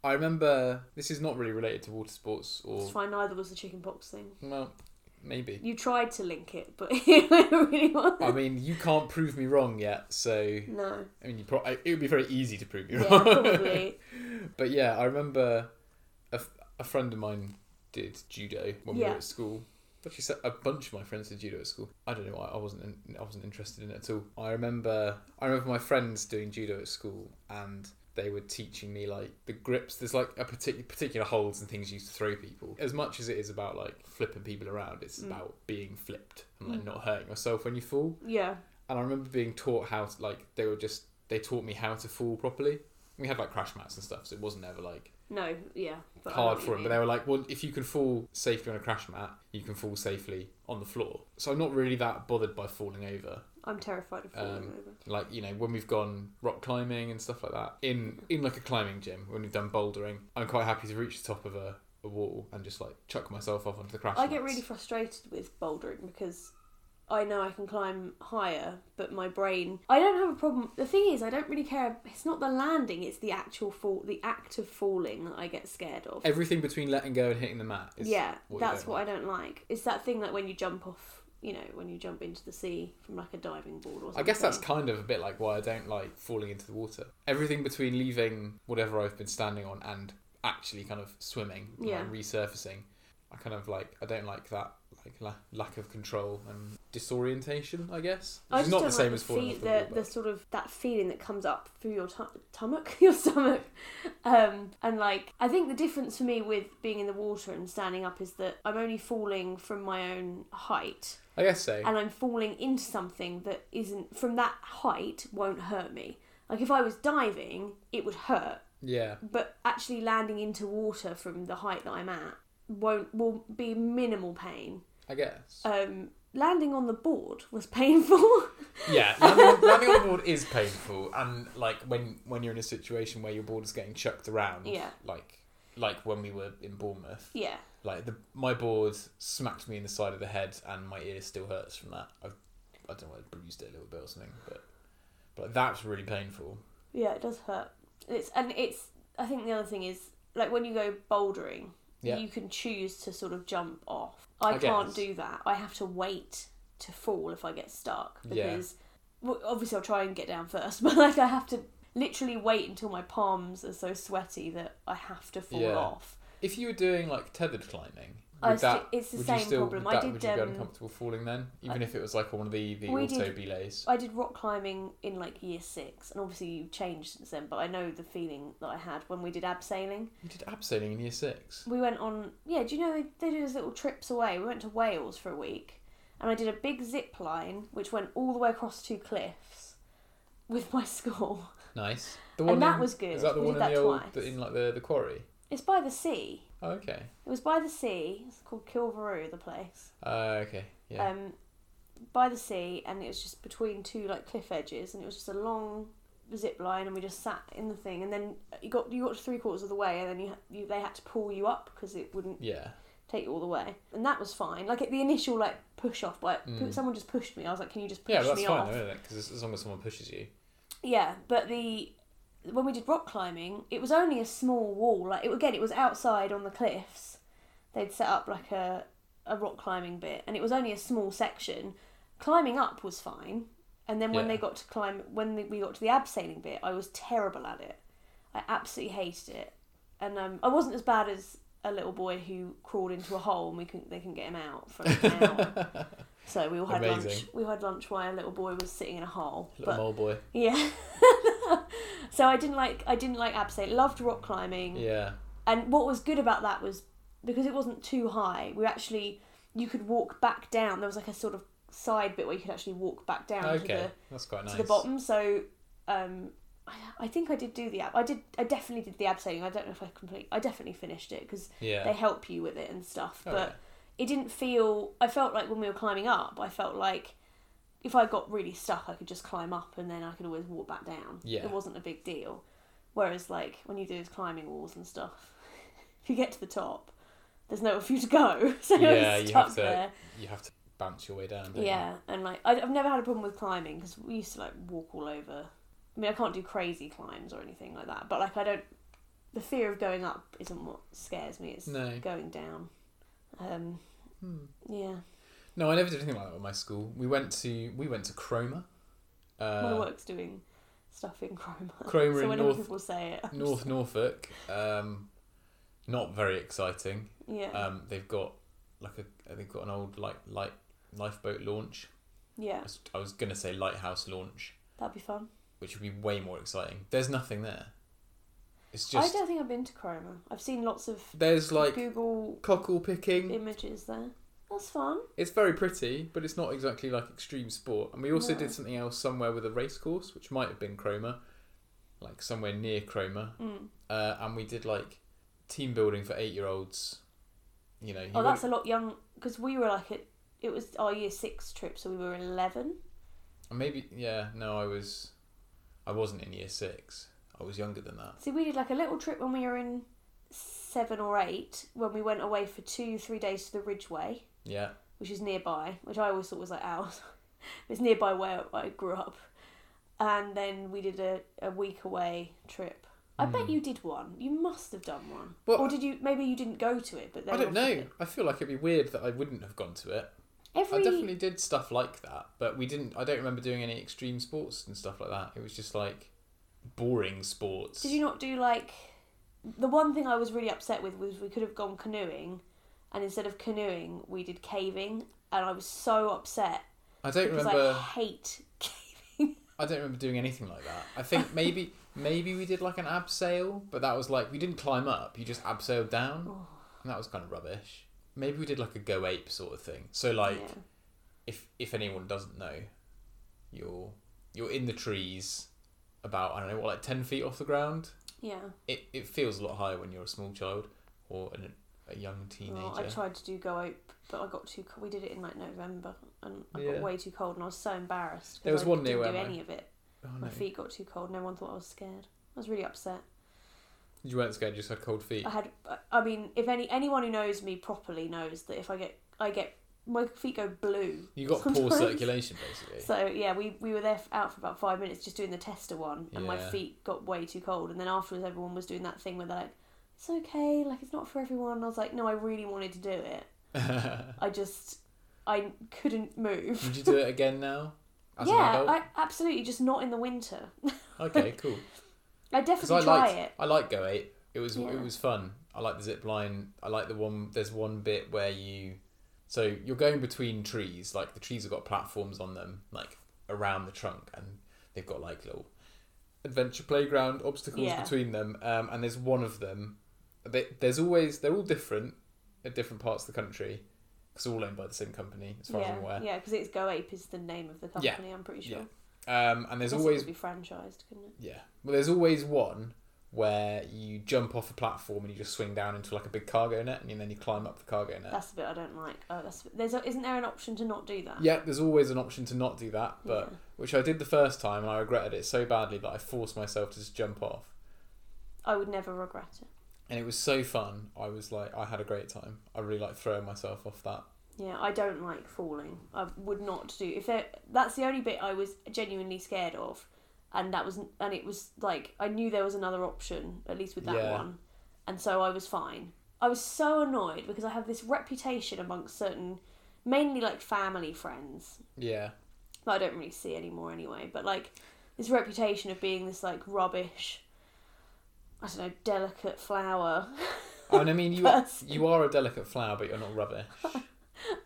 I remember this is not really related to water sports
It's
or
fine, neither was the chickenpox thing.
well, maybe.
You tried to link it, but <laughs> it really was.
I mean, you can't prove me wrong yet, so
No.
I mean, you pro- it would be very easy to prove me
Yeah,
wrong.
probably.
But yeah, I remember a, f- a friend of mine did judo when we
Yeah.
were at school. Actually, se- a bunch of my friends did judo at school. I don't know why I wasn't in, I wasn't interested in it at all. I remember I remember my friends doing judo at school and they were teaching me like the grips. There's like a particular particular holds and things you used to throw people. As much as it is about like flipping people around, it's
Mm.
about being flipped and like
Mm.
not hurting yourself when you fall.
Yeah.
And I remember being taught how to like they were just they taught me how to fall properly. We had like crash mats and stuff, so it wasn't ever like
No, yeah. but I know
hard
what
for
you
him,
mean.
but they were like, well, if you can fall safely on a crash mat, you can fall safely on the floor. So I'm not really that bothered by falling over.
I'm terrified of falling
Um,
over.
like you know when we've gone rock climbing and stuff like that in in like a climbing gym when we've done bouldering i'm quite happy to reach the top of a, a wall and just like chuck myself off onto the crash
I get
mats.
really frustrated with bouldering because I know I can climb higher, but my brain. I don't have a problem. The thing is, I don't really care. It's not the landing; it's the actual fall, the act of falling that I get scared of.
everything between letting go and hitting the mat is
yeah,
what you
that's
don't
what
like.
I don't like. It's that thing like when you jump off, you know, when you jump into the sea from like a diving board or something.
I guess that's kind of a bit like why I don't like falling into the water. Everything between leaving whatever I've been standing on and actually kind of swimming, and
Yeah.
resurfacing, I kind of like I don't like that like la- lack of control and disorientation. I guess
I just
which is not the
don't
same
like
as
the,
falling
feel-
off the,
the,
wall,
the
but-
sort of that feeling that comes up through your tu- tummock, your stomach, <laughs> um, and like I think the difference for me with being in the water and standing up is that I'm only falling from my own height,
I guess so.
and I'm falling into something that isn't from that height won't hurt me. Like if I was diving, it would hurt,
Yeah.
but actually landing into water from the height that I'm at won't will be minimal pain.
I guess.
Um, landing on the board was <laughs> painful. <laughs>
yeah, landing, landing on the board is painful, and like when when you're in a situation where your board is getting chucked around,
Yeah.
like like when we were in Bournemouth,
yeah.
like the my board smacked me in the side of the head, and my ear still hurts from that. I've, I don't know, I bruised it a little bit or something, but but that's really painful.
Yeah, it does hurt. It's and it's. I think the other thing is like when you go bouldering,
Yeah.
you can choose to sort of jump off. I,
I
can't
guess.
do that. I have to wait to fall if I get stuck
Yeah.
because well, obviously I'll try and get down first, <laughs> but like I have to literally wait until my palms are so sweaty that I have to fall
Yeah.
osti
If you were doing like tethered climbing,
I
would that,
sti- it's the
would
same
you still,
problem.
Would
I
that,
did.
would you be
um,
uncomfortable falling then, even if it was like on one of the the
We
auto
did-
belays?
I did rock climbing in like year six, and obviously you've changed since then. But I know the feeling that I had when we did abseiling.
You did abseiling in year six.
we went on yeah do you know they do those little trips away we went to wales for a week and i did a big zip line which went all the way across two cliffs with my <laughs> school
Nice. The
And that
in-
was good.
Is that the
We
one
did
in the
that
old
twice.
the- in like the the quarry?
it's by the sea
Oh, okay.
it was by the sea it's called kilvaroo the place
Uh, okay. Yeah.
um by the sea and it was just between two like cliff edges and it was just a long zip line and we just sat in the thing and then you got you got to three quarters of the way and then you, ha- you they had to pull you up because it wouldn't
yeah.
take you all the way, and that was fine. Like at the initial like push off, like pu-
Mm.
someone just pushed me. I was like, "Can you just push
Yeah, well, that's
me
fine,
off?"
though, isn't it? Because as long as someone pushes you.
Yeah, but the when we did rock climbing, it was only a small wall. Like it, again, it was outside on the cliffs. They'd set up like a a rock climbing bit, and it was only a small section. Climbing up was fine, and then when
Yeah.
they got to climb, when we got to the abseiling bit, I was terrible at it. I absolutely hated it, and um, I wasn't as bad as a little boy who crawled into a hole and we couldn't they couldn't get him out for like an hour.
<laughs>
So we all had lunch.
Amazing.
We had lunch while a little boy was sitting in a hole.
Little
but-
mole boy.
yeah. <laughs> so I didn't like I didn't like abseil. Loved rock climbing.
Yeah.
And what was good about that was because it wasn't too high. We actually you could walk back down. There was like a sort of side bit where you could actually walk back down to
Okay.
the
That's quite nice.
to the bottom. So um, I, I think I did do the ab. I did. I definitely did the abseiling. I don't know if I complete. I definitely finished it because
Yeah.
they help you with it and stuff.
Oh,
but it didn't feel I felt like when we were climbing up, I felt like if I got really stuck I could just climb up and then I could always walk back down.
Yeah.
It wasn't a big deal. Whereas like when you do those climbing walls and stuff, <laughs> if you get to the top, there's nowhere for you to go. <laughs> So
Yeah, you
you're
have
stuck
to-
there.
yeah. You have to bounce your way down. don't you?
Yeah. And like I have never had a problem with climbing because we used to like walk all over. I mean I can't do crazy climbs or anything like that, but like I don't the fear of going up isn't what scares me, it's
No.
going down. Um
Hmm.
yeah.
No, I never did anything like that at my school. We went to we went to Cromer.
My
Uh,
work's doing stuff in Cromer. <laughs>
Cromer
so
in
whenever
North
people say it, I'm
North
just-
Norfolk. Um, not very exciting.
yeah,
Um, they've got like a they've got an old like light lifeboat launch. I
yeah,
was, I was gonna say lighthouse launch,
that'd be fun.
which would be way more exciting. There's nothing there. It's just
I don't think I've been to Cromer. I've seen lots of
there's like mm.
Google
cockle picking.
images there. That's fun.
It's very pretty, but it's not exactly like extreme sport. And we also
No.
did something else somewhere with a race course, which might have been Cromer, like somewhere near Cromer.
Mm.
Uh, and we did like team building for eight year olds. You know, you
Oh,
wouldn't-
that's a lot young because we were like at it was our year six trip, so we were eleven.
Maybe yeah. No, I was, I wasn't in year six. I was younger than that.
See, we did like a little trip when we were in seven or eight when we went away for two, three days to the Ridgeway,
Yeah.
which is nearby, which I always thought was like ours. <laughs> it's nearby where I grew up. And then we did a, a week away trip. I bet you did one. You must have done one.
Hmm. Well-
or did you? Maybe you didn't go to it, but then
I don't
offered
know.
it.
I feel like it'd be weird that I wouldn't have gone to it.
Every
I definitely did stuff like that, but we didn't. I don't remember doing any extreme sports and stuff like that. It was just like boring sports.
Did you not do like the one thing I was really upset with was we could have gone canoeing, and instead of canoeing, we did caving, and I was so upset
I don't
because
remember.
I hate caving.
I don't remember doing anything like that. I
<laughs>
think maybe maybe we did like an abseil, but that was like we didn't climb up. You just abseiled down,
Oh.
and that was kind of rubbish. Maybe we did like a go ape sort of thing. So like
Yeah.
if if anyone doesn't know, you're you're in the trees, about I don't know what like ten feet off the ground.
yeah.
It it feels a lot higher when you're a small child or an, a young teenager.
Well, I tried to do go ope, but I got too. co- We did it in like November, and I
Yeah.
got way too cold, and I was so embarrassed. 'cause
There was
I
one near
didn't
where
do
my-
any of it.
oh
My
no,
feet got too cold. No one thought I was scared. I was really upset.
you weren't scared. You just had cold
<laughs>
feet.
I had. I mean, if any anyone who knows me properly knows that if I get, I get my feet go blue.
You got poor
sometimes.
circulation basically.
<laughs>
<laughs>
So yeah, we, we were there f- out for about five minutes just doing the tester one, and my
Yeah.
feet got way too cold. And then afterwards, everyone was doing that thing where they're like, "It's okay, like it's not for everyone." And I was like, "No, I really wanted to do it. I just I couldn't move."
Would you do it again now? Mm, As an
yeah,
adult?
I absolutely just not in the winter.
Okay,
<laughs>
cool.
I
Because I
definitely try
like
it.
I like Go Eight. It was
Yeah.
it was fun. I like the zip line. I like the one. There's one bit where you, so you're going between trees. Like the trees have got platforms on them, like around the trunk, and they've got like little adventure playground obstacles
Yeah.
between them. Um, and there's one of them. They, there's always they're all different at different parts of the country. It's all owned by the same company, as far as
yeah,
I'm aware.
yeah, because it's Go Ape is the name of the
Yeah,
company. I'm pretty sure.
yeah. Um, and there's
Unless it
always
could be franchised, couldn't it?
Yeah. Well, there's always one where you jump off a platform and you just swing down into like a big cargo net and then you climb up the cargo net.
That's the bit I don't like. Oh, that's there's a, isn't there an option to not do that?
yeah, there's always an option to not do that, but
Yeah.
which I did the first time and I regretted it so badly that I forced myself to just jump off.
I would never regret it.
And it was so fun. I was like, I had a great time. I really like throwing myself off that.
Yeah, I don't like falling. I would not do if there. That's the only bit I was genuinely scared of, and that was and it was like I knew there was another option at least with that
Yeah.
one, and so I was fine. I was so annoyed because I have this reputation amongst certain, mainly like family friends
Yeah.
that I don't really see anymore anyway. But like this reputation of being this like rubbish, I don't know, delicate flower.
And
<laughs>
I mean, you
Person.
you are a delicate flower, but you're not rubbish.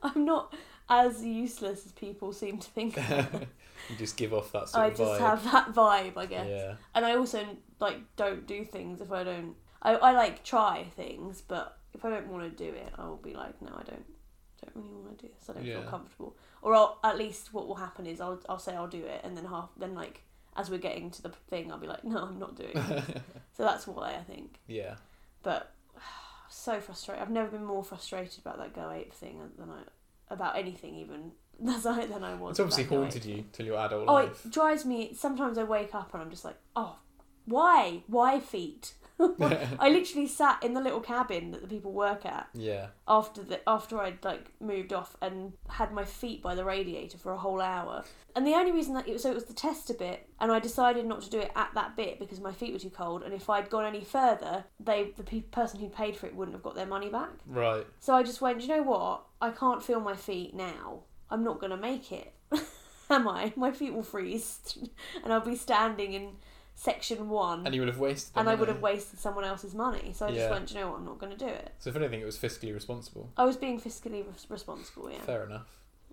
I'm not as useless as people seem to
<laughs>
think. I am.
<laughs> you just give off that sort
I
of
just
vibe.
have that <laughs> vibe, I guess.
Yeah.
And I also like don't do things if I don't. I, I like try things, but if I don't want to do it, I will be like, no, I don't. Don't really want to do this. I don't
Yeah.
feel comfortable. Or I'll, at least what will happen is I'll I'll say I'll do it, and then half then like as we're getting to the thing, I'll be like, no, I'm not doing it.
<laughs>
so that's why I think.
Yeah.
But <sighs> so frustrated. I've never been more frustrated about that Go Ape thing than I about anything even <laughs> as I than I was.
It's obviously
about Go
haunted
Ape.
you till your adult
Oh,
life.
it drives me. Sometimes I wake up and I'm just like, oh, why? Why feet? <laughs> I literally sat in the little cabin that the people work at
Yeah.
after the after I'd like moved off and had my feet by the radiator for a whole hour. And the only reason that it was so it was the tester bit, and I decided not to do it at that bit because my feet were too cold. And if I'd gone any further, they the pe- person who paid for it wouldn't have got their money back.
Right.
So I just went, "Do you know what? I can't feel my feet now. I'm not going to make it. <laughs> Am I? My feet will freeze <laughs> and I'll be standing in section one
And
Mm. and,
you would have wasted. the
I would
money.
have wasted someone else's money. So I
Yeah.
just went, "Do you know what? I'm not going to do it.
So if anything, it was fiscally responsible.
I was being fiscally res- responsible, yeah,
Fair enough.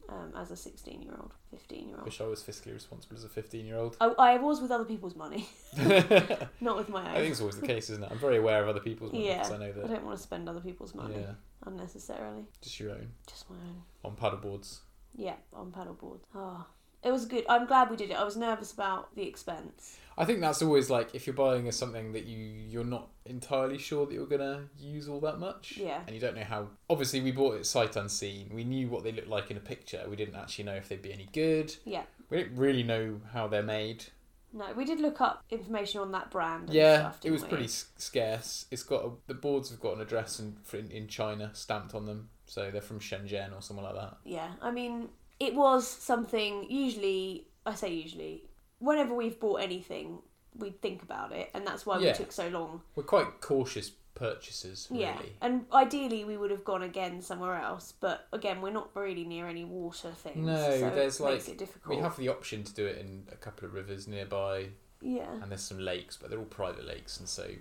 um, as a 16 year old, 15 year old.
Wish I was fiscally responsible as a
<laughs>
fifteen-year-old. <laughs>
I, I was with other people's money, <laughs>
I
not with my
think
own.
it's always the case, isn't it? I'm very aware of other people's money
Yeah.
because I know
I
that.
don't want to spend other people's money
Yeah,
unnecessarily.
just your own
Just my own.
on paddleboards.
Yeah, on paddleboard. Ah, it was good. I'm glad we did it. I was nervous about the expense.
I think that's always like if you're buying as something that you you're not entirely sure that you're gonna use all that much.
Yeah.
And you don't know how. Obviously, we bought it sight unseen. We knew what they looked like in a picture. We didn't actually know if they'd be any good.
Yeah.
We don't really know how they're made.
No, we did look up information on that brand. And
yeah,
stuff,
it
didn't
was
we?
pretty s- scarce. It's got a, the boards have got an address in, for- in in China stamped on them, so they're from Shenzhen or somewhere like that.
Yeah, I mean, it was something. Usually, I say usually, whenever we've bought anything, we think about it, and that's why we
Yeah.
took so long.
We're quite cautious purchasers, really.
Yeah, and ideally we would have gone again somewhere else, but again, we're not really near any water things.
No,
so
there's
it makes
like-
it difficult.
We have the option to do it in a couple of rivers nearby,
Yeah,
and there's some lakes, but they're all private lakes, and so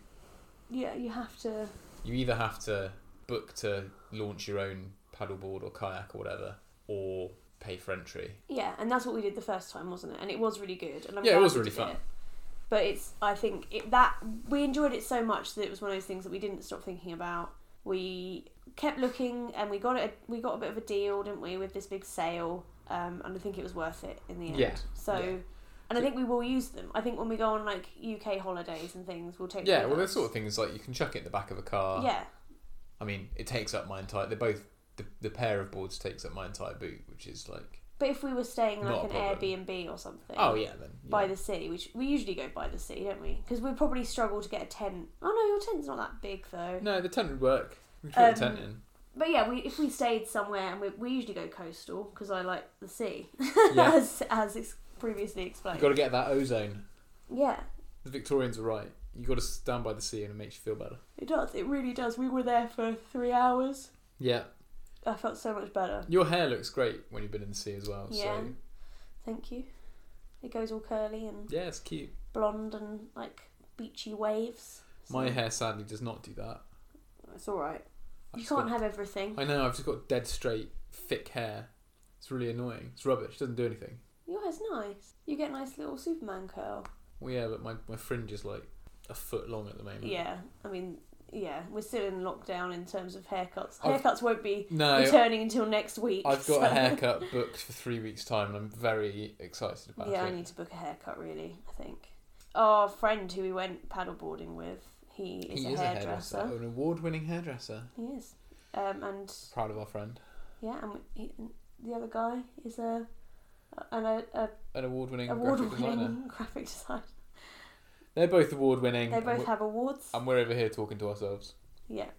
yeah, you have to.
you either have to book to launch your own paddleboard or kayak or whatever, or pay for entry.
Yeah, and that's what we did the first time, wasn't it? And it was really good. And I'm
Yeah, it
glad
was
we
really
did
fun.
it. But it's, I think it, that we enjoyed it so much that it was one of those things that we didn't stop thinking about. We kept looking, and we got it. We got a bit of a deal, didn't we, with this big sale? Um, and I think it was worth it in the end.
Yeah,
So,
yeah.
and I think we will use them. I think when we go on like UK holidays and things, we'll take.
Yeah,
them
well,
with
there's
us.
sort of things like you can chuck it in the back of uh, a car.
Yeah,
I mean, it takes up my entire. They're both the, the pair of boards takes up my entire boot, which is like.
but if we were staying in,
Not
like
a
an
problem.
Airbnb or something.
Oh yeah, then. yeah.
by the sea, which we usually go by the sea, don't we? Because we probably struggle to get a tent. Oh no, your tent's not that big though.
No, the tent would work. We put
Um,
the tent in.
But yeah, we if we stayed somewhere and we, we usually go coastal because I like the sea,
Yeah.
<laughs> as as ex- previously explained.
You got to get that ozone.
Yeah,
The Victorians were right. You got to stand by the sea, and it makes you feel better.
it does. It really does. We were there for three hours.
Yeah,
I felt so much better.
your hair looks great when you've been in the sea as well.
Yeah.
So
Thank you. It goes all curly and
yeah, it's cute.
blonde and like beachy waves. So
My hair sadly does not do that.
It's all right.
I've
You
just
can't
got-
have everything.
I know. I've just got dead straight, thick hair. It's really annoying. It's rubbish. It doesn't do anything.
Your hair's nice. You get nice little Superman curl.
Well, yeah, but my, my fringe is like a foot long at the moment.
Yeah, I mean, yeah, we're still in lockdown in terms of haircuts.
I've-
Haircuts won't be
No,
returning until next week.
I've got
so-
a haircut booked for three weeks' time, and I'm very excited about
<laughs> Yeah,
it.
I need to book a haircut. Really, I think our friend who we went paddleboarding with, he is
he
a
is a
hairdresser.
hairdresser, Oh, an award-winning hairdresser.
He is, um, and
Proud of our friend,
yeah, and he, the other guy is a an a, a
an award-winning graphic designer.
award-winning <laughs> graphic designer.
They're both award-winning.
They
and
both
we're-
have awards.
and we're over here talking to ourselves.
yeah.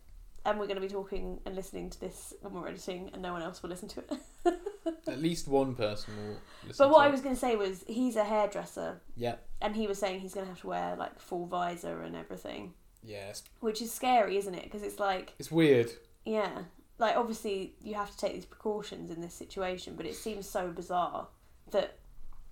And we're going to be talking and listening to this when we're editing, and no one else will listen to it. <laughs>
At least one person will listen.
But what
to
I
it.
was going to say was he's a hairdresser.
Yeah.
And he was saying he's going to have to wear like full visor and everything,
Yeah, it's,
which is scary, isn't it? Because it's like,
it's weird.
yeah, like obviously you have to take these precautions in this situation, but it seems so bizarre that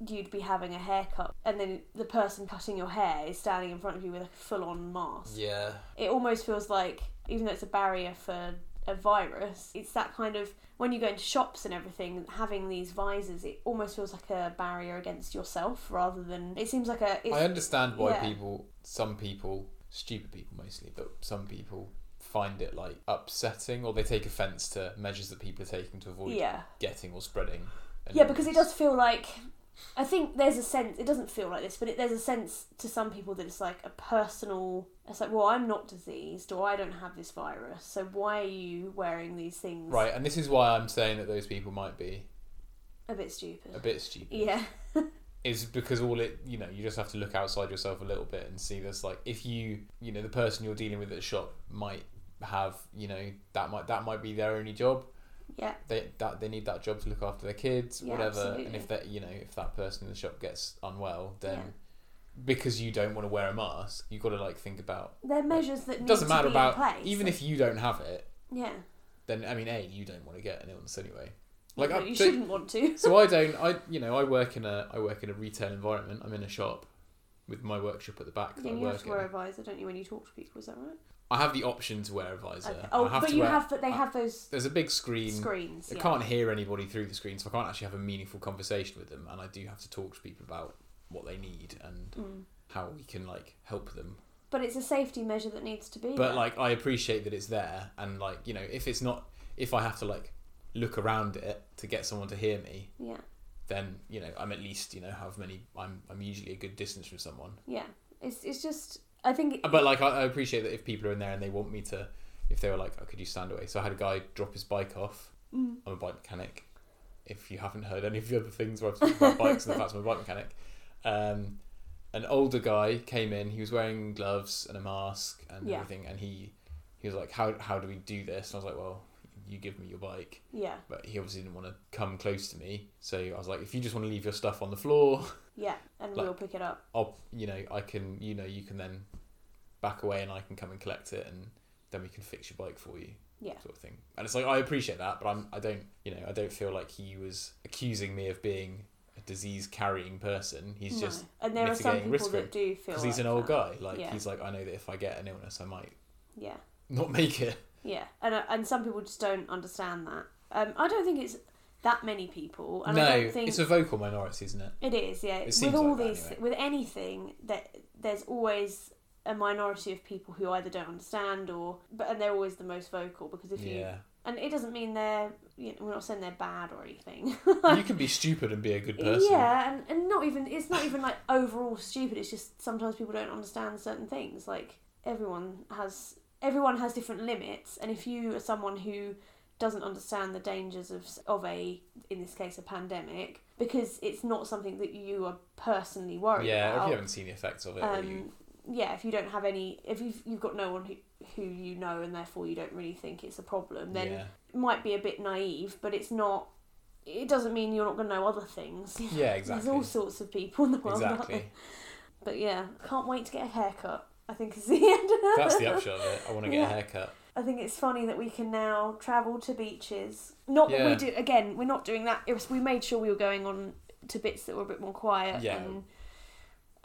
you'd be having a haircut and then the person cutting your hair is standing in front of you with a full on mask.
Yeah.
It almost feels like, even though it's a barrier for a virus, it's that kind of when you go into shops and everything, having these visors, it almost feels like a barrier against yourself rather than it seems like a. It's,
I understand why
yeah.
people, some people, stupid people mostly, but some people find it like upsetting or they take offence to measures that people are taking to avoid
Yeah.
getting or spreading. an
Yeah, because it
illness.
does feel like. I think there's a sense, it doesn't feel like this, but it, there's a sense to some people that it's like a personal. It's like, well, I'm not diseased or I don't have this virus, so why are you wearing these things?
Right, and this is why I'm saying that those people might be
A bit stupid.
a bit stupid.
Yeah.
Is because all it, you know, you just have to look outside yourself a little bit and see this. Like, if you, you know, the person you're dealing with at the shop might have, you know, that might that might be their only job.
Yeah.
They that they need that job to look after their kids,
Yeah,
whatever. And
absolutely.
if that, you know, if that person in the shop gets unwell, then
Yeah.
because you don't want to wear a mask, you got to like think about.
They're measures that
It
need
doesn't
to
matter
be
about
in place.
even if you don't have it.
Yeah.
Then I mean, a you don't want to get an illness anyway. Like
No,
I
you
don't-
shouldn't want to.
so I don't. I you know I work in a I work in a retail environment. I'm in a shop with my workshop at the back that
Yeah,
I
you
work
have to
in.
wear a visor, don't you, when you talk to people? Is that right?
I have the option to wear a visor.
Okay. Oh,
I have
but
to
you
wear-
have, but they
I-
have those
There's a big screen.
screens.
I
yeah.
can't hear anybody through the screen, so I can't actually have a meaningful conversation with them. And I do have to talk to people about what they need and
Mm.
how we can like help them.
But it's a safety measure that needs to be.
But
there.
like I appreciate that it's there, and like you know if it's not, if I have to like look around it to get someone to hear me,
yeah,
then you know I'm at least you know have many. I'm I'm usually a good distance from someone.
yeah. It's it's just I think. it-
Uh, But like, I, I appreciate that if people are in there and they want me to, if they were like, oh, could you stand away? So I had a guy drop his bike off.
Mm.
I'm a bike mechanic. if you haven't heard any of the other things where I've talked about bikes and the fact I'm a bike mechanic, um, an older guy came in. He was wearing gloves and a mask and
Yeah.
everything, and he he was like, "How how do we do this?" And I was like, "Well, you give me your bike."
Yeah.
But he obviously didn't want to come close to me, so I was like, "If you just want to leave your stuff on the floor,
Yeah. And
Like-
we'll pick it up.
I'll you know I can you know you can then back away and I can come and collect it and." Then we can fix your bike for you,
Yeah.
sort of thing. And it's like I appreciate that, but I'm I don't you know I don't feel like he was accusing me of being a disease carrying person. He's
No.
just
and there are some
mitigating
people
risk
that
group,
do feel
because he's
like
an old
that.
guy. Like
Yeah.
he's like, I know that if I get an illness, I might
Yeah.
not make it.
Yeah, and uh, and some people just don't understand that. Um, I don't think it's that many people, and
no,
I don't think
it's a vocal minority, isn't it?
it is. Yeah,
seems
with all
like that
these,
anyway.
with anything that there's always a minority of people who either don't understand or but and they're always the most vocal because if you <laughs>
Yeah,
and it doesn't mean they're you know, we're not saying they're bad or anything.
you can be stupid and be a good person.
Yeah, and, and not even it's not even like overall stupid. It's just sometimes people don't understand certain things. Like everyone has everyone has different limits, and if you are someone who doesn't understand the dangers of of a in this case a pandemic because it's not something that you are personally worried
yeah. If
about.
you haven't seen the effects of it, or you,
um, yeah, if you don't have any, if you've you've got no one who who you know, and therefore you don't really think it's a problem, um, then
yeah,
it might be a bit naive, but it's not. It doesn't mean you're not going to know other things. <laughs>
yeah, exactly,
There's all sorts of people in the world, aren't
exactly.
there? <laughs> But yeah, can't wait to get a haircut. I think is the <laughs> end.
That's the upshot of it. I want to get
Yeah.
a haircut.
I think it's funny that we can now travel to beaches. Not that we
Yeah.
do again. We're not doing that. It was, we made sure we were going on to bits that were a bit more quiet.
Yeah.
And,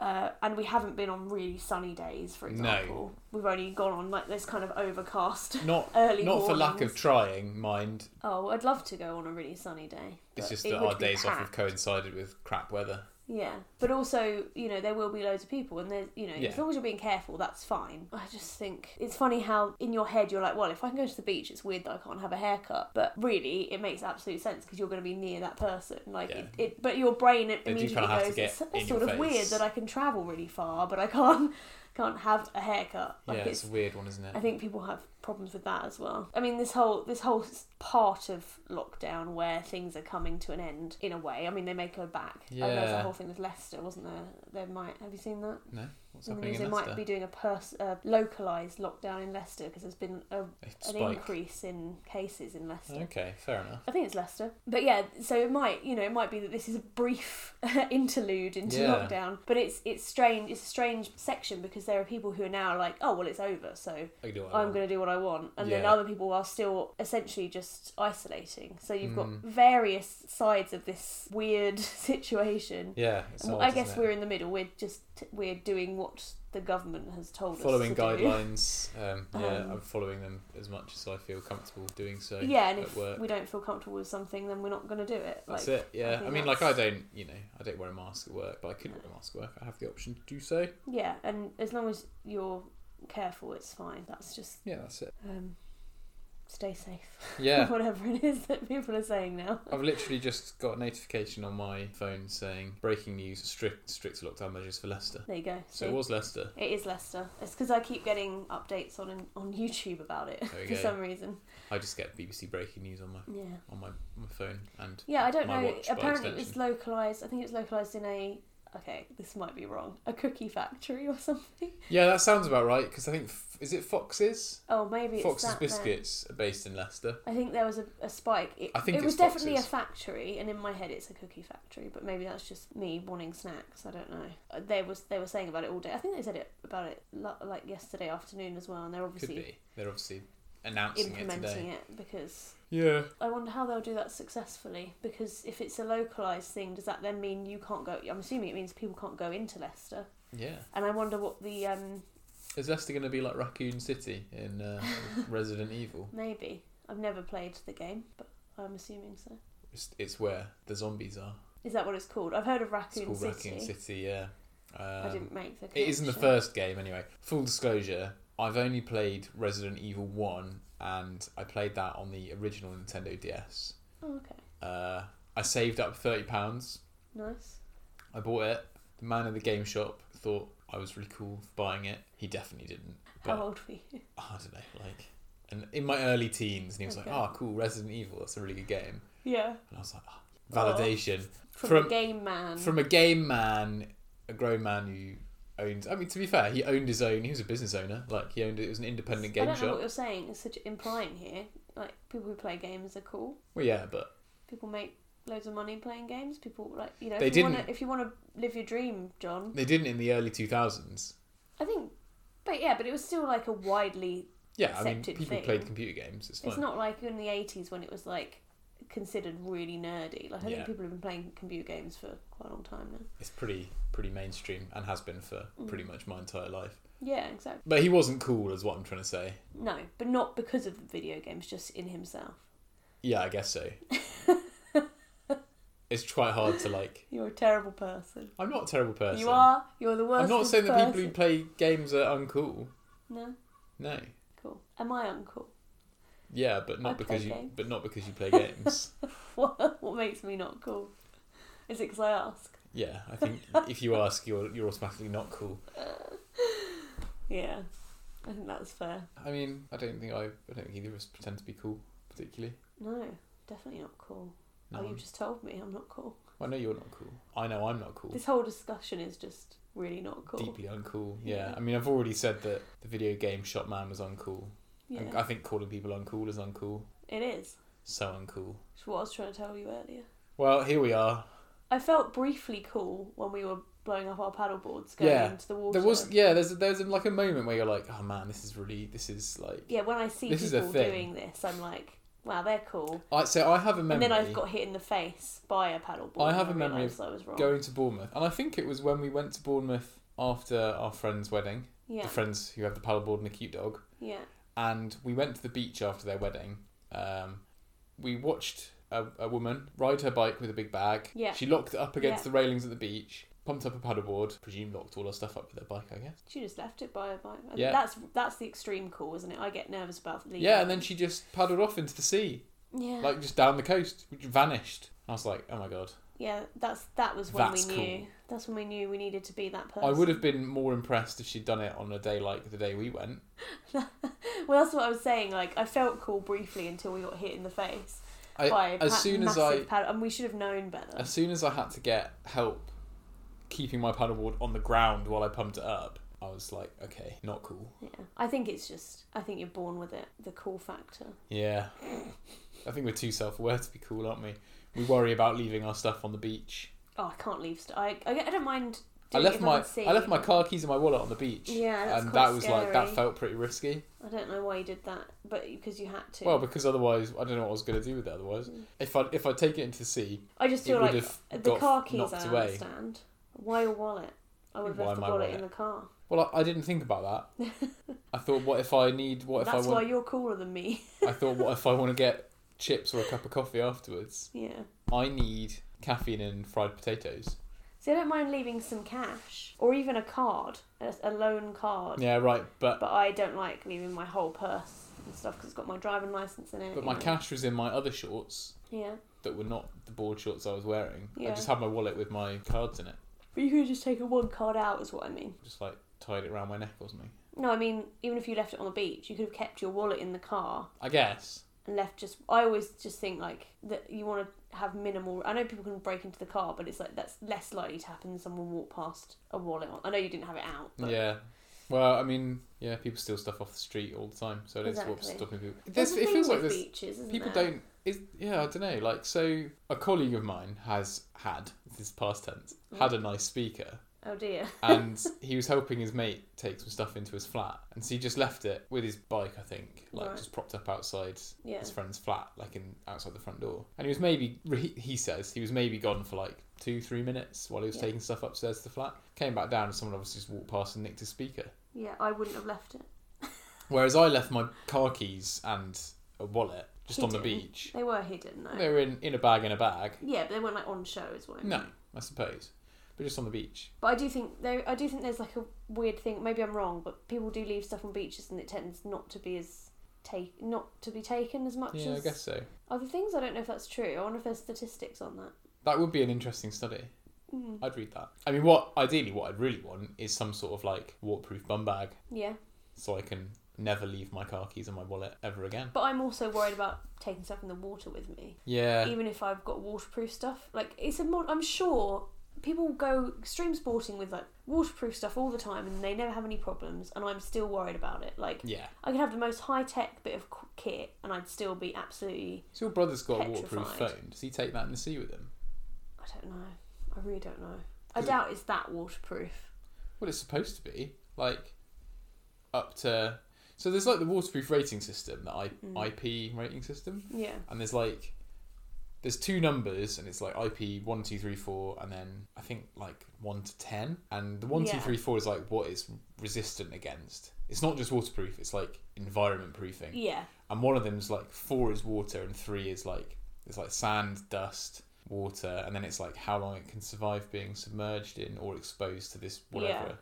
uh, and we haven't been on really sunny days, for
No.
example. We've only gone on like this kind of overcast <laughs>
Not
early.
not for lack
mornings.
of trying, mind.
Oh, I'd love to go on a really sunny day.
It's
but
just
it
that
would
our
be
days off have
packed.
coincided with crap weather.
Yeah, but also you know there will be loads of people, and there's you know
Yeah.
as long as you're being careful, that's fine. I just think it's funny how in your head you're like, well, if I can go to the beach, it's weird that I can't have a haircut, but really it makes absolute sense because you're going to be near that person. Like
Yeah.
it, it, but your brain it
They do
immediately
kinda have to
goes,
get
it's,
in
it's
your
sort of weird
face."
that I can travel really far, but I can't <laughs> can't have a haircut. Like
yeah,
it's
it's, a weird one, isn't it?
I think people have problems with that as well. I mean, this whole this whole s- part of lockdown where things are coming to an end in a way. I mean, they may go back. Yeah. there was
Yeah.
that whole thing with Leicester, wasn't there? There might have you seen that?
no, what's
in the
happening
news,
in
they
Leicester?
might be doing a pers- uh, localized lockdown in Leicester because there's been a,
A
an
spike.
increase in cases in Leicester.
Okay, fair enough.
I think it's Leicester. But yeah, so it might, you know, it might be that this is a brief <laughs> interlude into
Yeah.
lockdown, but it's it's strange. It's a strange section because there are people who are now like, oh well, it's over, so
I can do what I
I'm
want.
going to do what I want. And then
Yeah.
other people are still essentially just isolating. So you've got
Mm.
various sides of this weird <laughs> situation.
Yeah, it's
And
odd,
I
isn't
guess
it?
we're in the middle. We're just we're doing what the government has told
following
us to <laughs> do.
guidelines. Um, yeah,
Um,
I'm following them as much as I feel comfortable doing so.
Yeah, and
at
if
work.
we don't feel comfortable with something, then we're not going to do it.
That's
like,
it. Yeah,
think
I, mean, like I
that's-
don't, you know, I don't wear a mask at work, but I could
No.
wear a mask at work. I have the option to do so.
Yeah, and as long as you're careful, it's fine. That's just
Yeah, that's it.
um, stay safe.
Yeah,
<laughs> Whatever it is that people are saying now.
I've literally just got a notification on my phone saying breaking news: strict strict lockdown measures for Leicester.
There you go.
So
See?
it was Leicester.
It is Leicester. It's because I keep getting updates on on YouTube about it
we
<laughs> for
go.
some reason.
I just get BBC breaking news on my
Yeah.
on my, my phone and
Yeah, I don't
My
know.
watch, by
Apparently, it was
extension.
localized. I think it was localized in a. Okay, this might be wrong. A cookie factory or something. <laughs>
yeah, that sounds about right because I think f- is it Foxes?
Oh, maybe it's
Foxes
that then.
biscuits are based in Leicester.
I think there was a, a spike. It,
I think
it
it's
was definitely a
Foxes.
factory, and in my head, it's a cookie factory. But maybe that's just me wanting snacks. I don't know. Uh, They was they were saying about it all day. I think they said it about it lo- like yesterday afternoon as well, and they're
Could
obviously
be. They're obviously announcing it
implementing
today.
it because
Yeah.
I wonder how they'll do that successfully because if it's a localized thing, does that then mean you can't go? I'm assuming it means people can't go into Leicester,
Yeah.
and I wonder what the um
Is Leicester going to be like Raccoon City
<laughs>
in uh, Resident Evil?
maybe. I've never played the game, but I'm assuming so.
It's, it's where the zombies are.
Is that what it's called? I've heard of
It's
Raccoon
called
City.
Raccoon City, yeah. Um,
I didn't make the.
it is in the
connection.
first game, anyway. Full disclosure, I've only played Resident Evil 1, and I played that on the original Nintendo DS.
Oh, okay,
Uh, I saved up £30.
nice.
I bought it. The man in the game shop thought I was really cool for buying it. He definitely didn't.
How
But
old were you? <laughs>
I don't know, like, and in my early teens, and he was
Okay.
like, "Ah, cool, Resident Evil. That's a really good game."
yeah,
And I was like, oh, validation
from,
From-
the game man.
from a game man, a grown man who owns. I mean, to be fair, he owned his own. He was a business owner. Like he owned it. It was an independent
I
game
don't know what
shop.
you're saying. It's such implying here. Like people who play games are cool.
Well, yeah, but
People make loads of money playing games. People like you know.
They
if you Wanna,
didn't.
if you want to live your dream, John,
they didn't in the early two thousands.
I think. But yeah, but it was still like a widely.
Yeah, I mean,
Accepted
people
thing.
played computer games. It's fine.
It's not like in the '80s when it was like considered really nerdy. Like I
Yeah.
think people have been playing computer games for quite a long time now.
It's pretty pretty mainstream and has been for
Mm.
pretty much my entire life.
Yeah, exactly.
But he wasn't cool, is what I'm trying to say.
No, but not because of the video games, just in himself.
Yeah, I
<laughs>
guess so. it's quite hard to like.
You're a terrible person.
I'm not a terrible person.
You are. You're the worst.
I'm not saying that
person.
people who play games are uncool.
No,
No.
cool. Am I uncool? <laughs>
Yeah, but
I
not
play
because you.
games.
But not because you
<laughs>
play games.
What, what makes me not cool? Is it because I ask?
yeah, I think if you ask, you're you're automatically not cool.
Yeah, I think that's fair.
I mean, I don't think I. I don't think either of us pretend to be cool particularly.
No, definitely not cool.
No.
Oh, you just told me I'm not cool.
I know you're not cool. I know I'm not cool.
This whole discussion is just really not cool.
Deeply uncool. Yeah.
Yeah.
I mean, I've already said that the video game shop man was uncool.
Yeah,
And I think calling people uncool is uncool.
it is.
So uncool.
It's what I was trying to tell you earlier.
Well, here we are.
I felt briefly cool when we were blowing up our paddle boards going
Yeah.
into the water.
There was yeah. There's there's like a moment where you're like, oh man, this is really this is like.
Yeah, when I see
This is a
people
thing.
doing this, I'm like, wow, they're cool.
I so I have a
And
memory.
then I've got hit in the face by a paddle board.
I have
and
a memory of
realised I was wrong.
going to Bournemouth, and I think it was when we went to Bournemouth after our friend's wedding.
yeah,
The friends who have the paddleboard and the cute dog,
yeah.
and we went to the beach after their wedding. Um, we watched a, a woman ride her bike with a big bag.
Yeah.
She locked it up against
Yeah.
the railings at the beach, pumped up a paddleboard, presume locked all her stuff up with her bike, I guess.
She just left it by a bike. I-
Yeah.
That's that's the extreme call, isn't it? I get nervous about leaving.
Yeah, and then she just paddled off into the sea,
yeah,
like just down the coast, which vanished. I was like, oh my god.
yeah. That's that was when
That's
we
cool.
knew. That's when we knew we needed to be that person.
I would have been more impressed if she'd done it on a day like the day we went.
Well, that's what I was saying. Like I felt cool briefly until we got hit in the face
I,
by a
as
pa-
soon as
massive
I-
paddle, and we should have known better.
As soon as I had to get help keeping my paddleboard on the ground while I pumped it up, I was like, okay, not cool.
yeah, I think it's just. I think you're born with it. The cool factor.
Yeah. <laughs> I think we're too self aware to be cool, aren't we? We worry about leaving our stuff on the beach.
Oh, I can't leave. St- I, I I don't mind.
I
Doing
left
it if
my
can see.
I left my car keys and my wallet on the beach.
Yeah, that's
and
quite
that was like that
scary.
felt pretty risky.
I don't know why you did that, but because you had to.
Well, because otherwise I don't know what I was gonna do with it otherwise.
Mm.
If I if I take it into the sea,
I just
it
feel
would
like
have
the
got
car keys.
knocked
I
away.
understand. Why your wallet? I would have
Why
left the
my
wallet,
wallet?
in the car. <laughs>
Well, I, I didn't think about that. I thought, what if I need? What if
That's
I want?
why you're cooler than me. <laughs>
I thought, what if I want to get chips or a cup of coffee afterwards?
yeah.
I need caffeine and fried potatoes.
See, I don't mind leaving some cash or even a card, a, a loan card.
Yeah, right. But
But I don't like leaving my whole purse and stuff because it's got my driving license in it.
but
you
my
know.
cash was in my other shorts
Yeah.
that were not the board shorts I was wearing. I
Yeah.
just had my wallet with my cards in it.
But you could have just taken one card out, is what I mean.
Just like tied it around my neck or something.
No, I mean even if you left it on the beach, you could have kept your wallet in the car
I guess.
and left just I always just think like that you want to have minimal I know people can break into the car but it's like that's less likely to happen than someone walk past a wallet on. I know you didn't have it out but
Yeah. Well, I mean, yeah, people steal stuff off the street all the time, so I don't stop
Exactly.
stopping people.
There's
There's-
a
it
thing
feels like
with
there's
beaches isn't
people
there?
don't is yeah i don't know like so a colleague of mine has had this is past tense
Mm.
had a nice speaker
oh dear
and he was helping his mate take some stuff into his flat and so he just left it with his bike i think like
Right.
just propped up outside
<laughs> yeah
his friend's flat like in outside the front door and he was maybe he he says he was maybe gone for like two three minutes while he was
Yeah.
taking stuff upstairs to the flat came back down and someone obviously just walked past and nicked his speaker
yeah I wouldn't have left it
whereas i left my car keys and a wallet just
He
on the
didn't.
beach
they were hidden though
they were in, in a bag in a bag
yeah but they weren't like on show is what I mean
No, I suppose. But just on the beach.
but I do think though I do think there's like a weird thing maybe I'm wrong but people do leave stuff on beaches and it tends not to be as take not to be taken as much
Yeah, I
as
guess so.
other things I don't know if that's true I wonder if there's statistics on that
That would be an interesting study.
mm.
I'd read that. I mean, what ideally, what I'd really want is some sort of like waterproof bum bag,
yeah
so I can never leave my car keys and my wallet ever again.
But I'm also worried about taking stuff in the water with me,
Yeah.
even if I've got waterproof stuff. Like it's a mod. I'm sure people go extreme sporting with like waterproof stuff all the time, and they never have any problems. And I'm still worried about it. Like
Yeah.
I could have the most high tech bit of qu- kit, and I'd still be absolutely.
So your brother's got a
Petrified.
waterproof phone. Does he take that in the sea with him?
I don't know. I really don't know. I
Is it-
doubt it's that waterproof.
Well, it's supposed to be like up to. So there's like the waterproof rating system, the I-
Mm.
IP rating system,
Yeah.
and there's like there's two numbers, and it's like IP one two three four, and then I think like one to ten, and the one two
Yeah.
three four is like what it's resistant against. It's not just waterproof; it's like environment proofing.
Yeah.
and one of them's like four is water and three is like it's like sand dust water and then it's like how long it can survive being submerged in or exposed to this whatever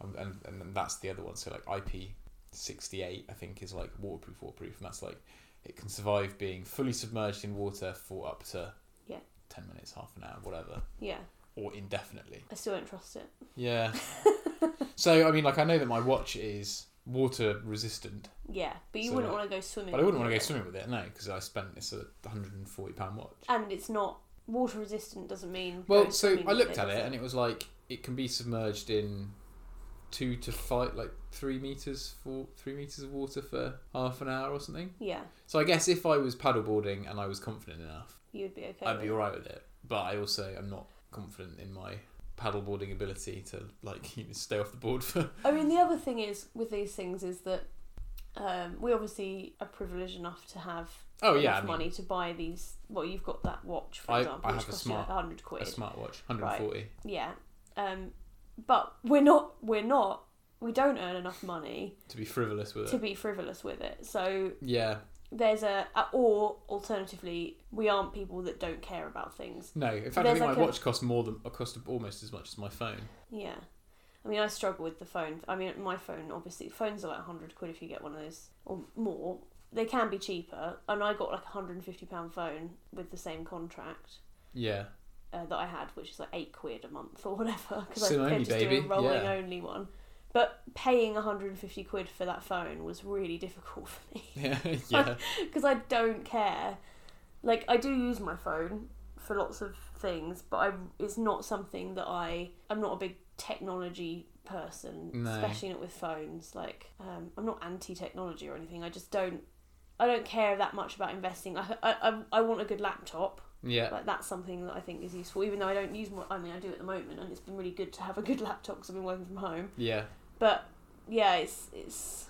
and, and, and then that's the other one so like ip 68 i think is like waterproof waterproof and that's like it can survive being fully submerged in water for up to
Yeah.
10 minutes half an hour whatever
Yeah.
or indefinitely
I still don't trust it.
yeah so i mean like i know that my watch is water resistant
Yeah, but you
So,
wouldn't
like-
want to go swimming.
but I wouldn't
with
want to
it.
go swimming with it, no, because I spent it's a hundred and forty pound watch.
And it's not water resistant. Doesn't mean.
Well,
go
so
Uh, swimming
I
with
looked at
does
it and it was like it can be submerged in two to five, like three meters for three meters of water for half an hour or something.
Yeah,
So I guess if I was paddleboarding and I was confident enough,
you would be okay.
I'd be
with it.
alright with it. But I also am not confident in my paddleboarding ability to like <laughs> you know, stay off the board for. <laughs>
I mean, the other thing is with these things is that um, we obviously are privileged enough to have
Oh yeah,
enough
I mean,
money to buy these. Well, you've got that watch, for
I-
example,
I
which
have a
costs you like
smart-
hundred
a
quid.
smartwatch, hundred and forty.
yeah, um, but we're not. We're not. We don't earn enough money
To be frivolous with
to
it.
be frivolous with it. So
Yeah,
there's a, or alternatively, we aren't people that don't care about things.
No, in fact, I
There's
think
like
my
a-
watch cost more than cost almost as much as my phone.
Yeah. I mean, I struggle with the phone. I mean, my phone, obviously, phones are like 100 quid if you get one of those, or more. They can be cheaper. And I got like a £150 phone with the same contract
Yeah, <laughs>
uh, that I had, which is like 8 quid a month or whatever. Because I
Sim
kept
only,
just doing
baby.
a rolling
Yeah.
only one. But paying 150 quid for that phone was really difficult <laughs> for me
yeah, yeah.
because I don't care. Like I do use my phone for lots of things, but I it's not something that I I'm not a big technology person,
No.
especially not with phones. Like um, I'm not anti technology or anything. I just don't I don't care that much about investing. I I, I, I want a good laptop.
yeah.
Like that's something that I think is useful, even though I don't use. My, I mean, I do at the moment, and it's been really good to have a good laptop because I've been working from home.
Yeah,
But yeah, it's it's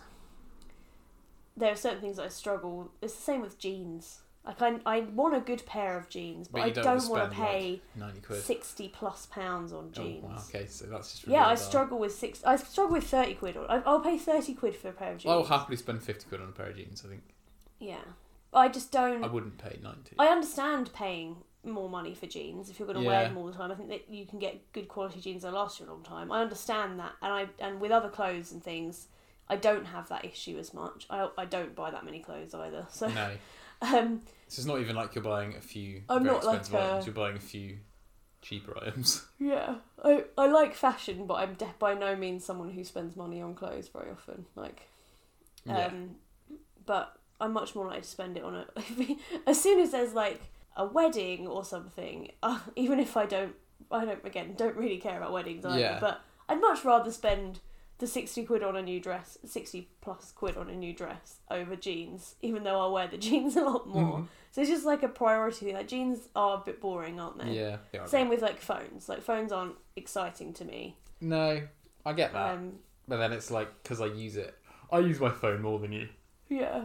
there are certain things that I struggle. It's the same with jeans. Like I, I want a good pair of jeans, but,
But you
I
don't
don't,
wanna
want to
spend, like,
pay
ninety quid.
sixty plus pounds on
Oh,
jeans.
wow. Okay, so that's just
Yeah, I
revealed our-
struggle with six. I struggle with thirty quid. Or, I- I'll pay thirty quid for a pair of jeans.
I'll happily spend fifty quid on a pair of jeans. I think
yeah, I just don't.
I
Mm. I
wouldn't pay ninety.
understand paying more money for jeans if you're going to wear
Yeah.
them all the time. I think that you can get good quality jeans that last you a long time. I understand that, and I and with other clothes and things, I don't have that issue as much. I I don't buy that many clothes either. <laughs> So
no,
um,
this is not even like you're buying a few
I'm
very
not like
expensive
a-
items. You're buying a few cheaper items. <laughs>
yeah, I I like fashion, but I'm de- by no means someone who spends money on clothes very often. Like, um,
yeah,
but I'm much more likely to spend it on a. <laughs> as soon as there's like a wedding or something, <laughs> uh, even if I don't, I don't again don't really care about weddings either.
Yeah.
But I'd much rather spend the sixty quid on a new dress, sixty plus quid on a new dress over jeans, even though I'll wear the <laughs> jeans a lot more.
Mhm.
So it's just like a priority. thing. Like jeans are a bit boring, aren't they?
yeah. They are a
Same
bit-
with like phones. Like phones aren't exciting to me.
No, I get that,
Um,
but then it's like because I use it. I use my phone more than you.
yeah,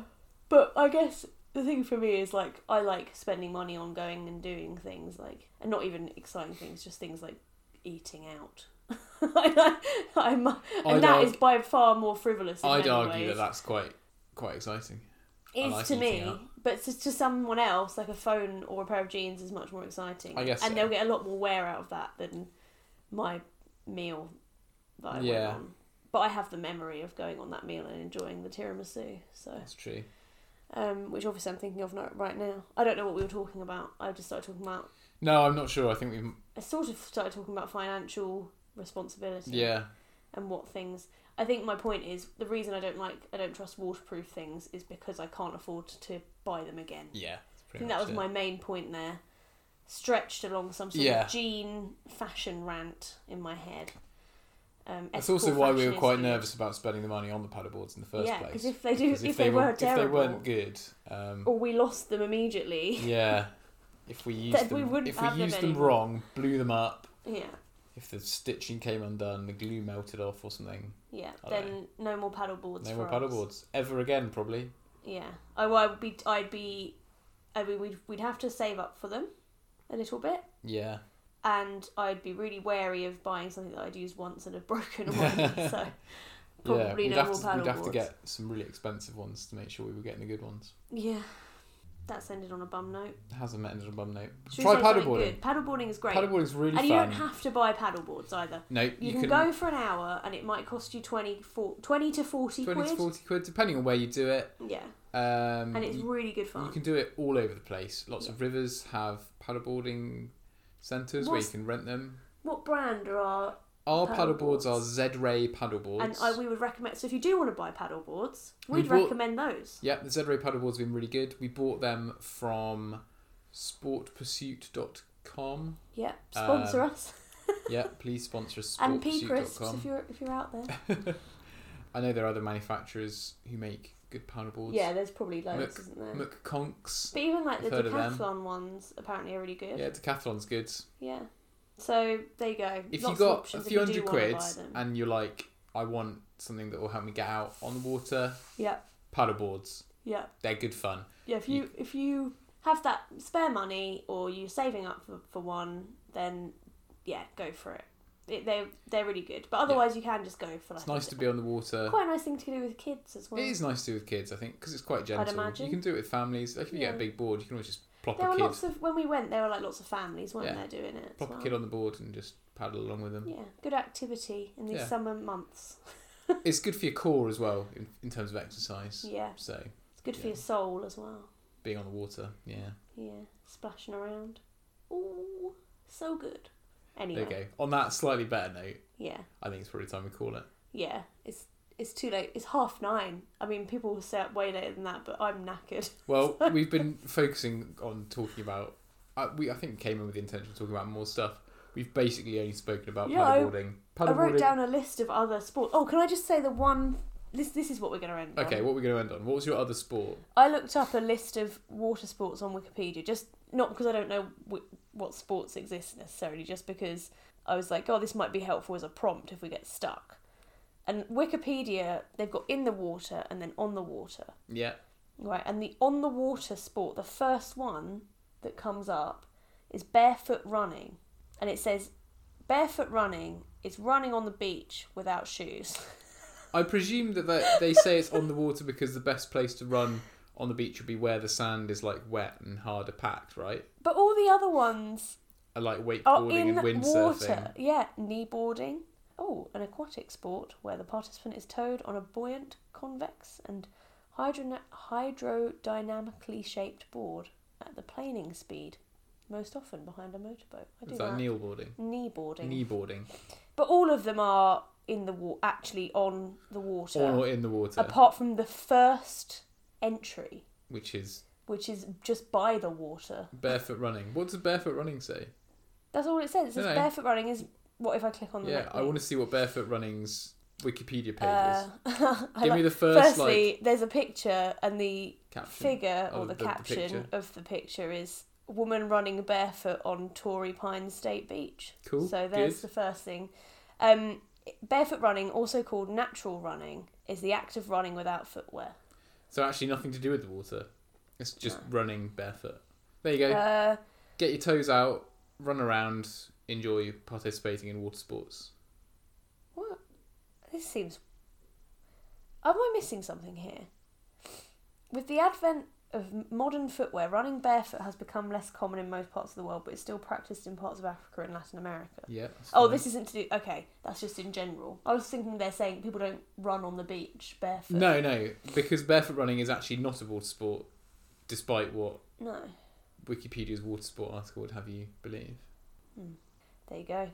but I guess the thing for me is like I like spending money on going and doing things like, and not even exciting things, just things like eating out. <laughs> I'm, and
I'd
that
arg-
is by far more frivolous. In
I'd
many ways.
argue that that's quite quite exciting. I
is
like
to me,
eating out.
but to, to someone else, like a phone or a pair of jeans, is much more exciting.
I guess
and
so.
they'll get a lot more wear out of that than my meal that I went
Yeah.
on. But I have the memory of going on that meal and enjoying the tiramisu, so
That's true.
um, which obviously I'm thinking of not right now. I don't know what we were talking about. I just started talking about.
No, I'm not sure. I think we.
I sort of started talking about financial responsibility
Yeah,
and what things. I think my point is the reason I don't like I don't trust waterproof things is because I can't afford to buy them again.
Yeah.
I think that was my main point there, stretched along some sort
Yeah.
of jean fashion rant in my head. Um,
That's
ethical
also why we
fashion
were
is
quite
good.
nervous about spending the money on the paddleboards in the first
yeah,
place.
because if they do, if,
Because
they, were
if they
terrible, Oh,
weren't good, um,
<laughs> or we lost them immediately, <laughs>
yeah, if we used
Then we
them,
wouldn't
if we
have them
used them
anymore.
wrong, blew them up,
yeah,
if the stitching came undone, the glue melted off or something,
yeah,
I don't
then no more paddle boards.
Oh, no
for us.
more paddleboards ever again, probably.
Yeah, I, well, I would be. I'd be. I mean, we'd we'd have to save up for them a little bit,
Yeah,
and I'd be really wary of buying something that I'd used once and have <laughs> broken
<laughs>
already. so probably
yeah. We'd,
no more
have to,
paddle
we'd have to
boards.
get some really expensive ones to make sure we were getting the good ones.
Yeah, that's ended on a bum note.
It hasn't ended on a bum note.
Should
Try
we say something
paddleboarding.
Good? Paddleboarding is great,
Paddleboarding's really
and you
fun.
don't have to buy paddle boards either.
no, you,
You, can, go for an hour, and it might cost you 20, for, 20 to forty
twenty to
quid.
forty quid, depending on where you do it.
Yeah,
Um,
and it's
you-
really good
You
fun.
can do it all over the place. Lots of rivers have paddleboarding centres where you
What's-
can rent them.
What brand are our
Our
Paddleboards.
paddleboards are Z Ray paddleboards.
and I, we would recommend? So if you do want to buy paddle boards,
We
we'd
bought-
recommend those.
Yeah, the Z Ray paddleboards have been really good. We bought them from sportpursuit.com.
Yeah, sponsor us
Um,
<laughs>
yeah, please sponsor us.
and P crisps if
sportpursuit.com.
you're if you're out there.
I know there are other manufacturers who make good paddleboards.
yeah, there's probably loads,
Mc-
isn't there?
McConks.
but even like the
I've heard of them.
decathlon ones apparently are really good.
Yeah, Decathlon's good.
Yeah. So there you go. Lots
if you
of
got a
options
few
if you
hundred
do wanna
quid
buy them.
and you're like, I want something that will help me get out on the water,
yeah,
paddleboards.
yeah,
They're good fun.
yeah. If you if you have that spare money or you're saving up for, for one, then yeah, go for it. it they they're really good. But otherwise, you can just go for like.
It's nice to be on the water.
Quite a nice thing to do with kids as well.
It is nice to do with kids, I think, because it's quite gentle.
imagine.
You can do it with families. Like if you get
Yeah.
a big board, you can always just plop
There
a
were
kid,
lots of when we went. There were like lots of families, weren't
Yeah.
there, doing it? as
plop
well.
a kid on the board, and just paddle along with them.
Yeah, good activity in these
Yeah.
summer months.
It's good for your core as well in, in terms of exercise.
Yeah,
So
it's good for
Yeah.
your soul as well.
being on the water, yeah.
Yeah, splashing around. Ooh, so good. Anyway,
There you go. On that slightly better note,
yeah,
I think it's probably time we call it.
yeah. It's it's too late. It's half nine. I mean, people will stay up way later than that, but I'm knackered.
Well, we've been focusing on talking about. I, we I think we came in with the intention of talking about more stuff. We've basically only spoken about
Yeah, I-
paddleboarding.
I wrote
Paddleboarding-
down a list of other sports. Oh, can I just say the one? This this is what we're gonna end. on.
Okay, what are we going to end on? What was your other sport?
I looked up a list of water sports on Wikipedia, just not because I don't know wh- what sports exist necessarily, just because I was like, oh, this might be helpful as a prompt if we get stuck. And Wikipedia, they've got in the water and then on the water,
Yeah,
right? And the on the water sport, the first one that comes up is barefoot running. And it says, barefoot running is running on the beach without shoes. <laughs>
I presume that they, they say it's on the water because the best place to run on the beach would be where the sand is like wet and harder packed, right?
But all the other ones
Uh, Like
are
wakeboarding
Oh, in
and
water.
windsurfing.
Yeah, knee boarding. Oh, an aquatic sport where the participant is towed on a buoyant, convex, and hydro- hydrodynamically shaped board at the planing speed, most often behind a motorboat. I do
Is that
that.
kneel boarding?
knee boarding.
Knee boarding.
But all of them are in the wa- actually on the water,
On or in the water.
apart from the first entry,
which is
which is just by the water.
barefoot running. What does barefoot running say?
That's all it says. It says
Dunno.
barefoot running is. What if I click on the
Yeah,
neck
I want
link?
to see what barefoot running's Wikipedia page is.
Uh, <laughs> I
Give
like-
me the first
Firstly,
like
there's a picture, and the
caption.
figure
Oh,
or the,
the- the
caption
picture.
of the picture is woman running barefoot on Torrey Pine State Beach.
Cool,
So there's
good.
the first thing. Um, barefoot running, also called natural running, is the act of running without footwear.
So actually nothing to do with the water. It's just running barefoot. There you go.
Uh,
Get your toes out, run around, enjoy participating in water sports.
what? This seems. Am I missing something here? With the advent of modern footwear, running barefoot has become less common in most parts of the world, but it's still practiced in parts of Africa and Latin America.
Yeah. that's
Oh,
fine.
this isn't to do. Okay, that's just in general. I was thinking they're saying people don't run on the beach barefoot.
No, no, because barefoot running is actually not a water sport, despite what
No.
Wikipedia's water sport article would have you believe.
There you go.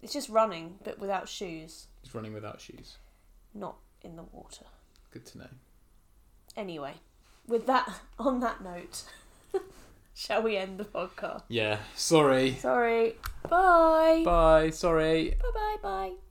It's just running, but without shoes.
It's running without shoes.
not in the water.
Good to know.
Anyway, with that <laughs> on that note, <laughs> shall we end the podcast?
Yeah. Sorry.
Sorry. Bye.
Bye. Sorry.
Bye bye bye.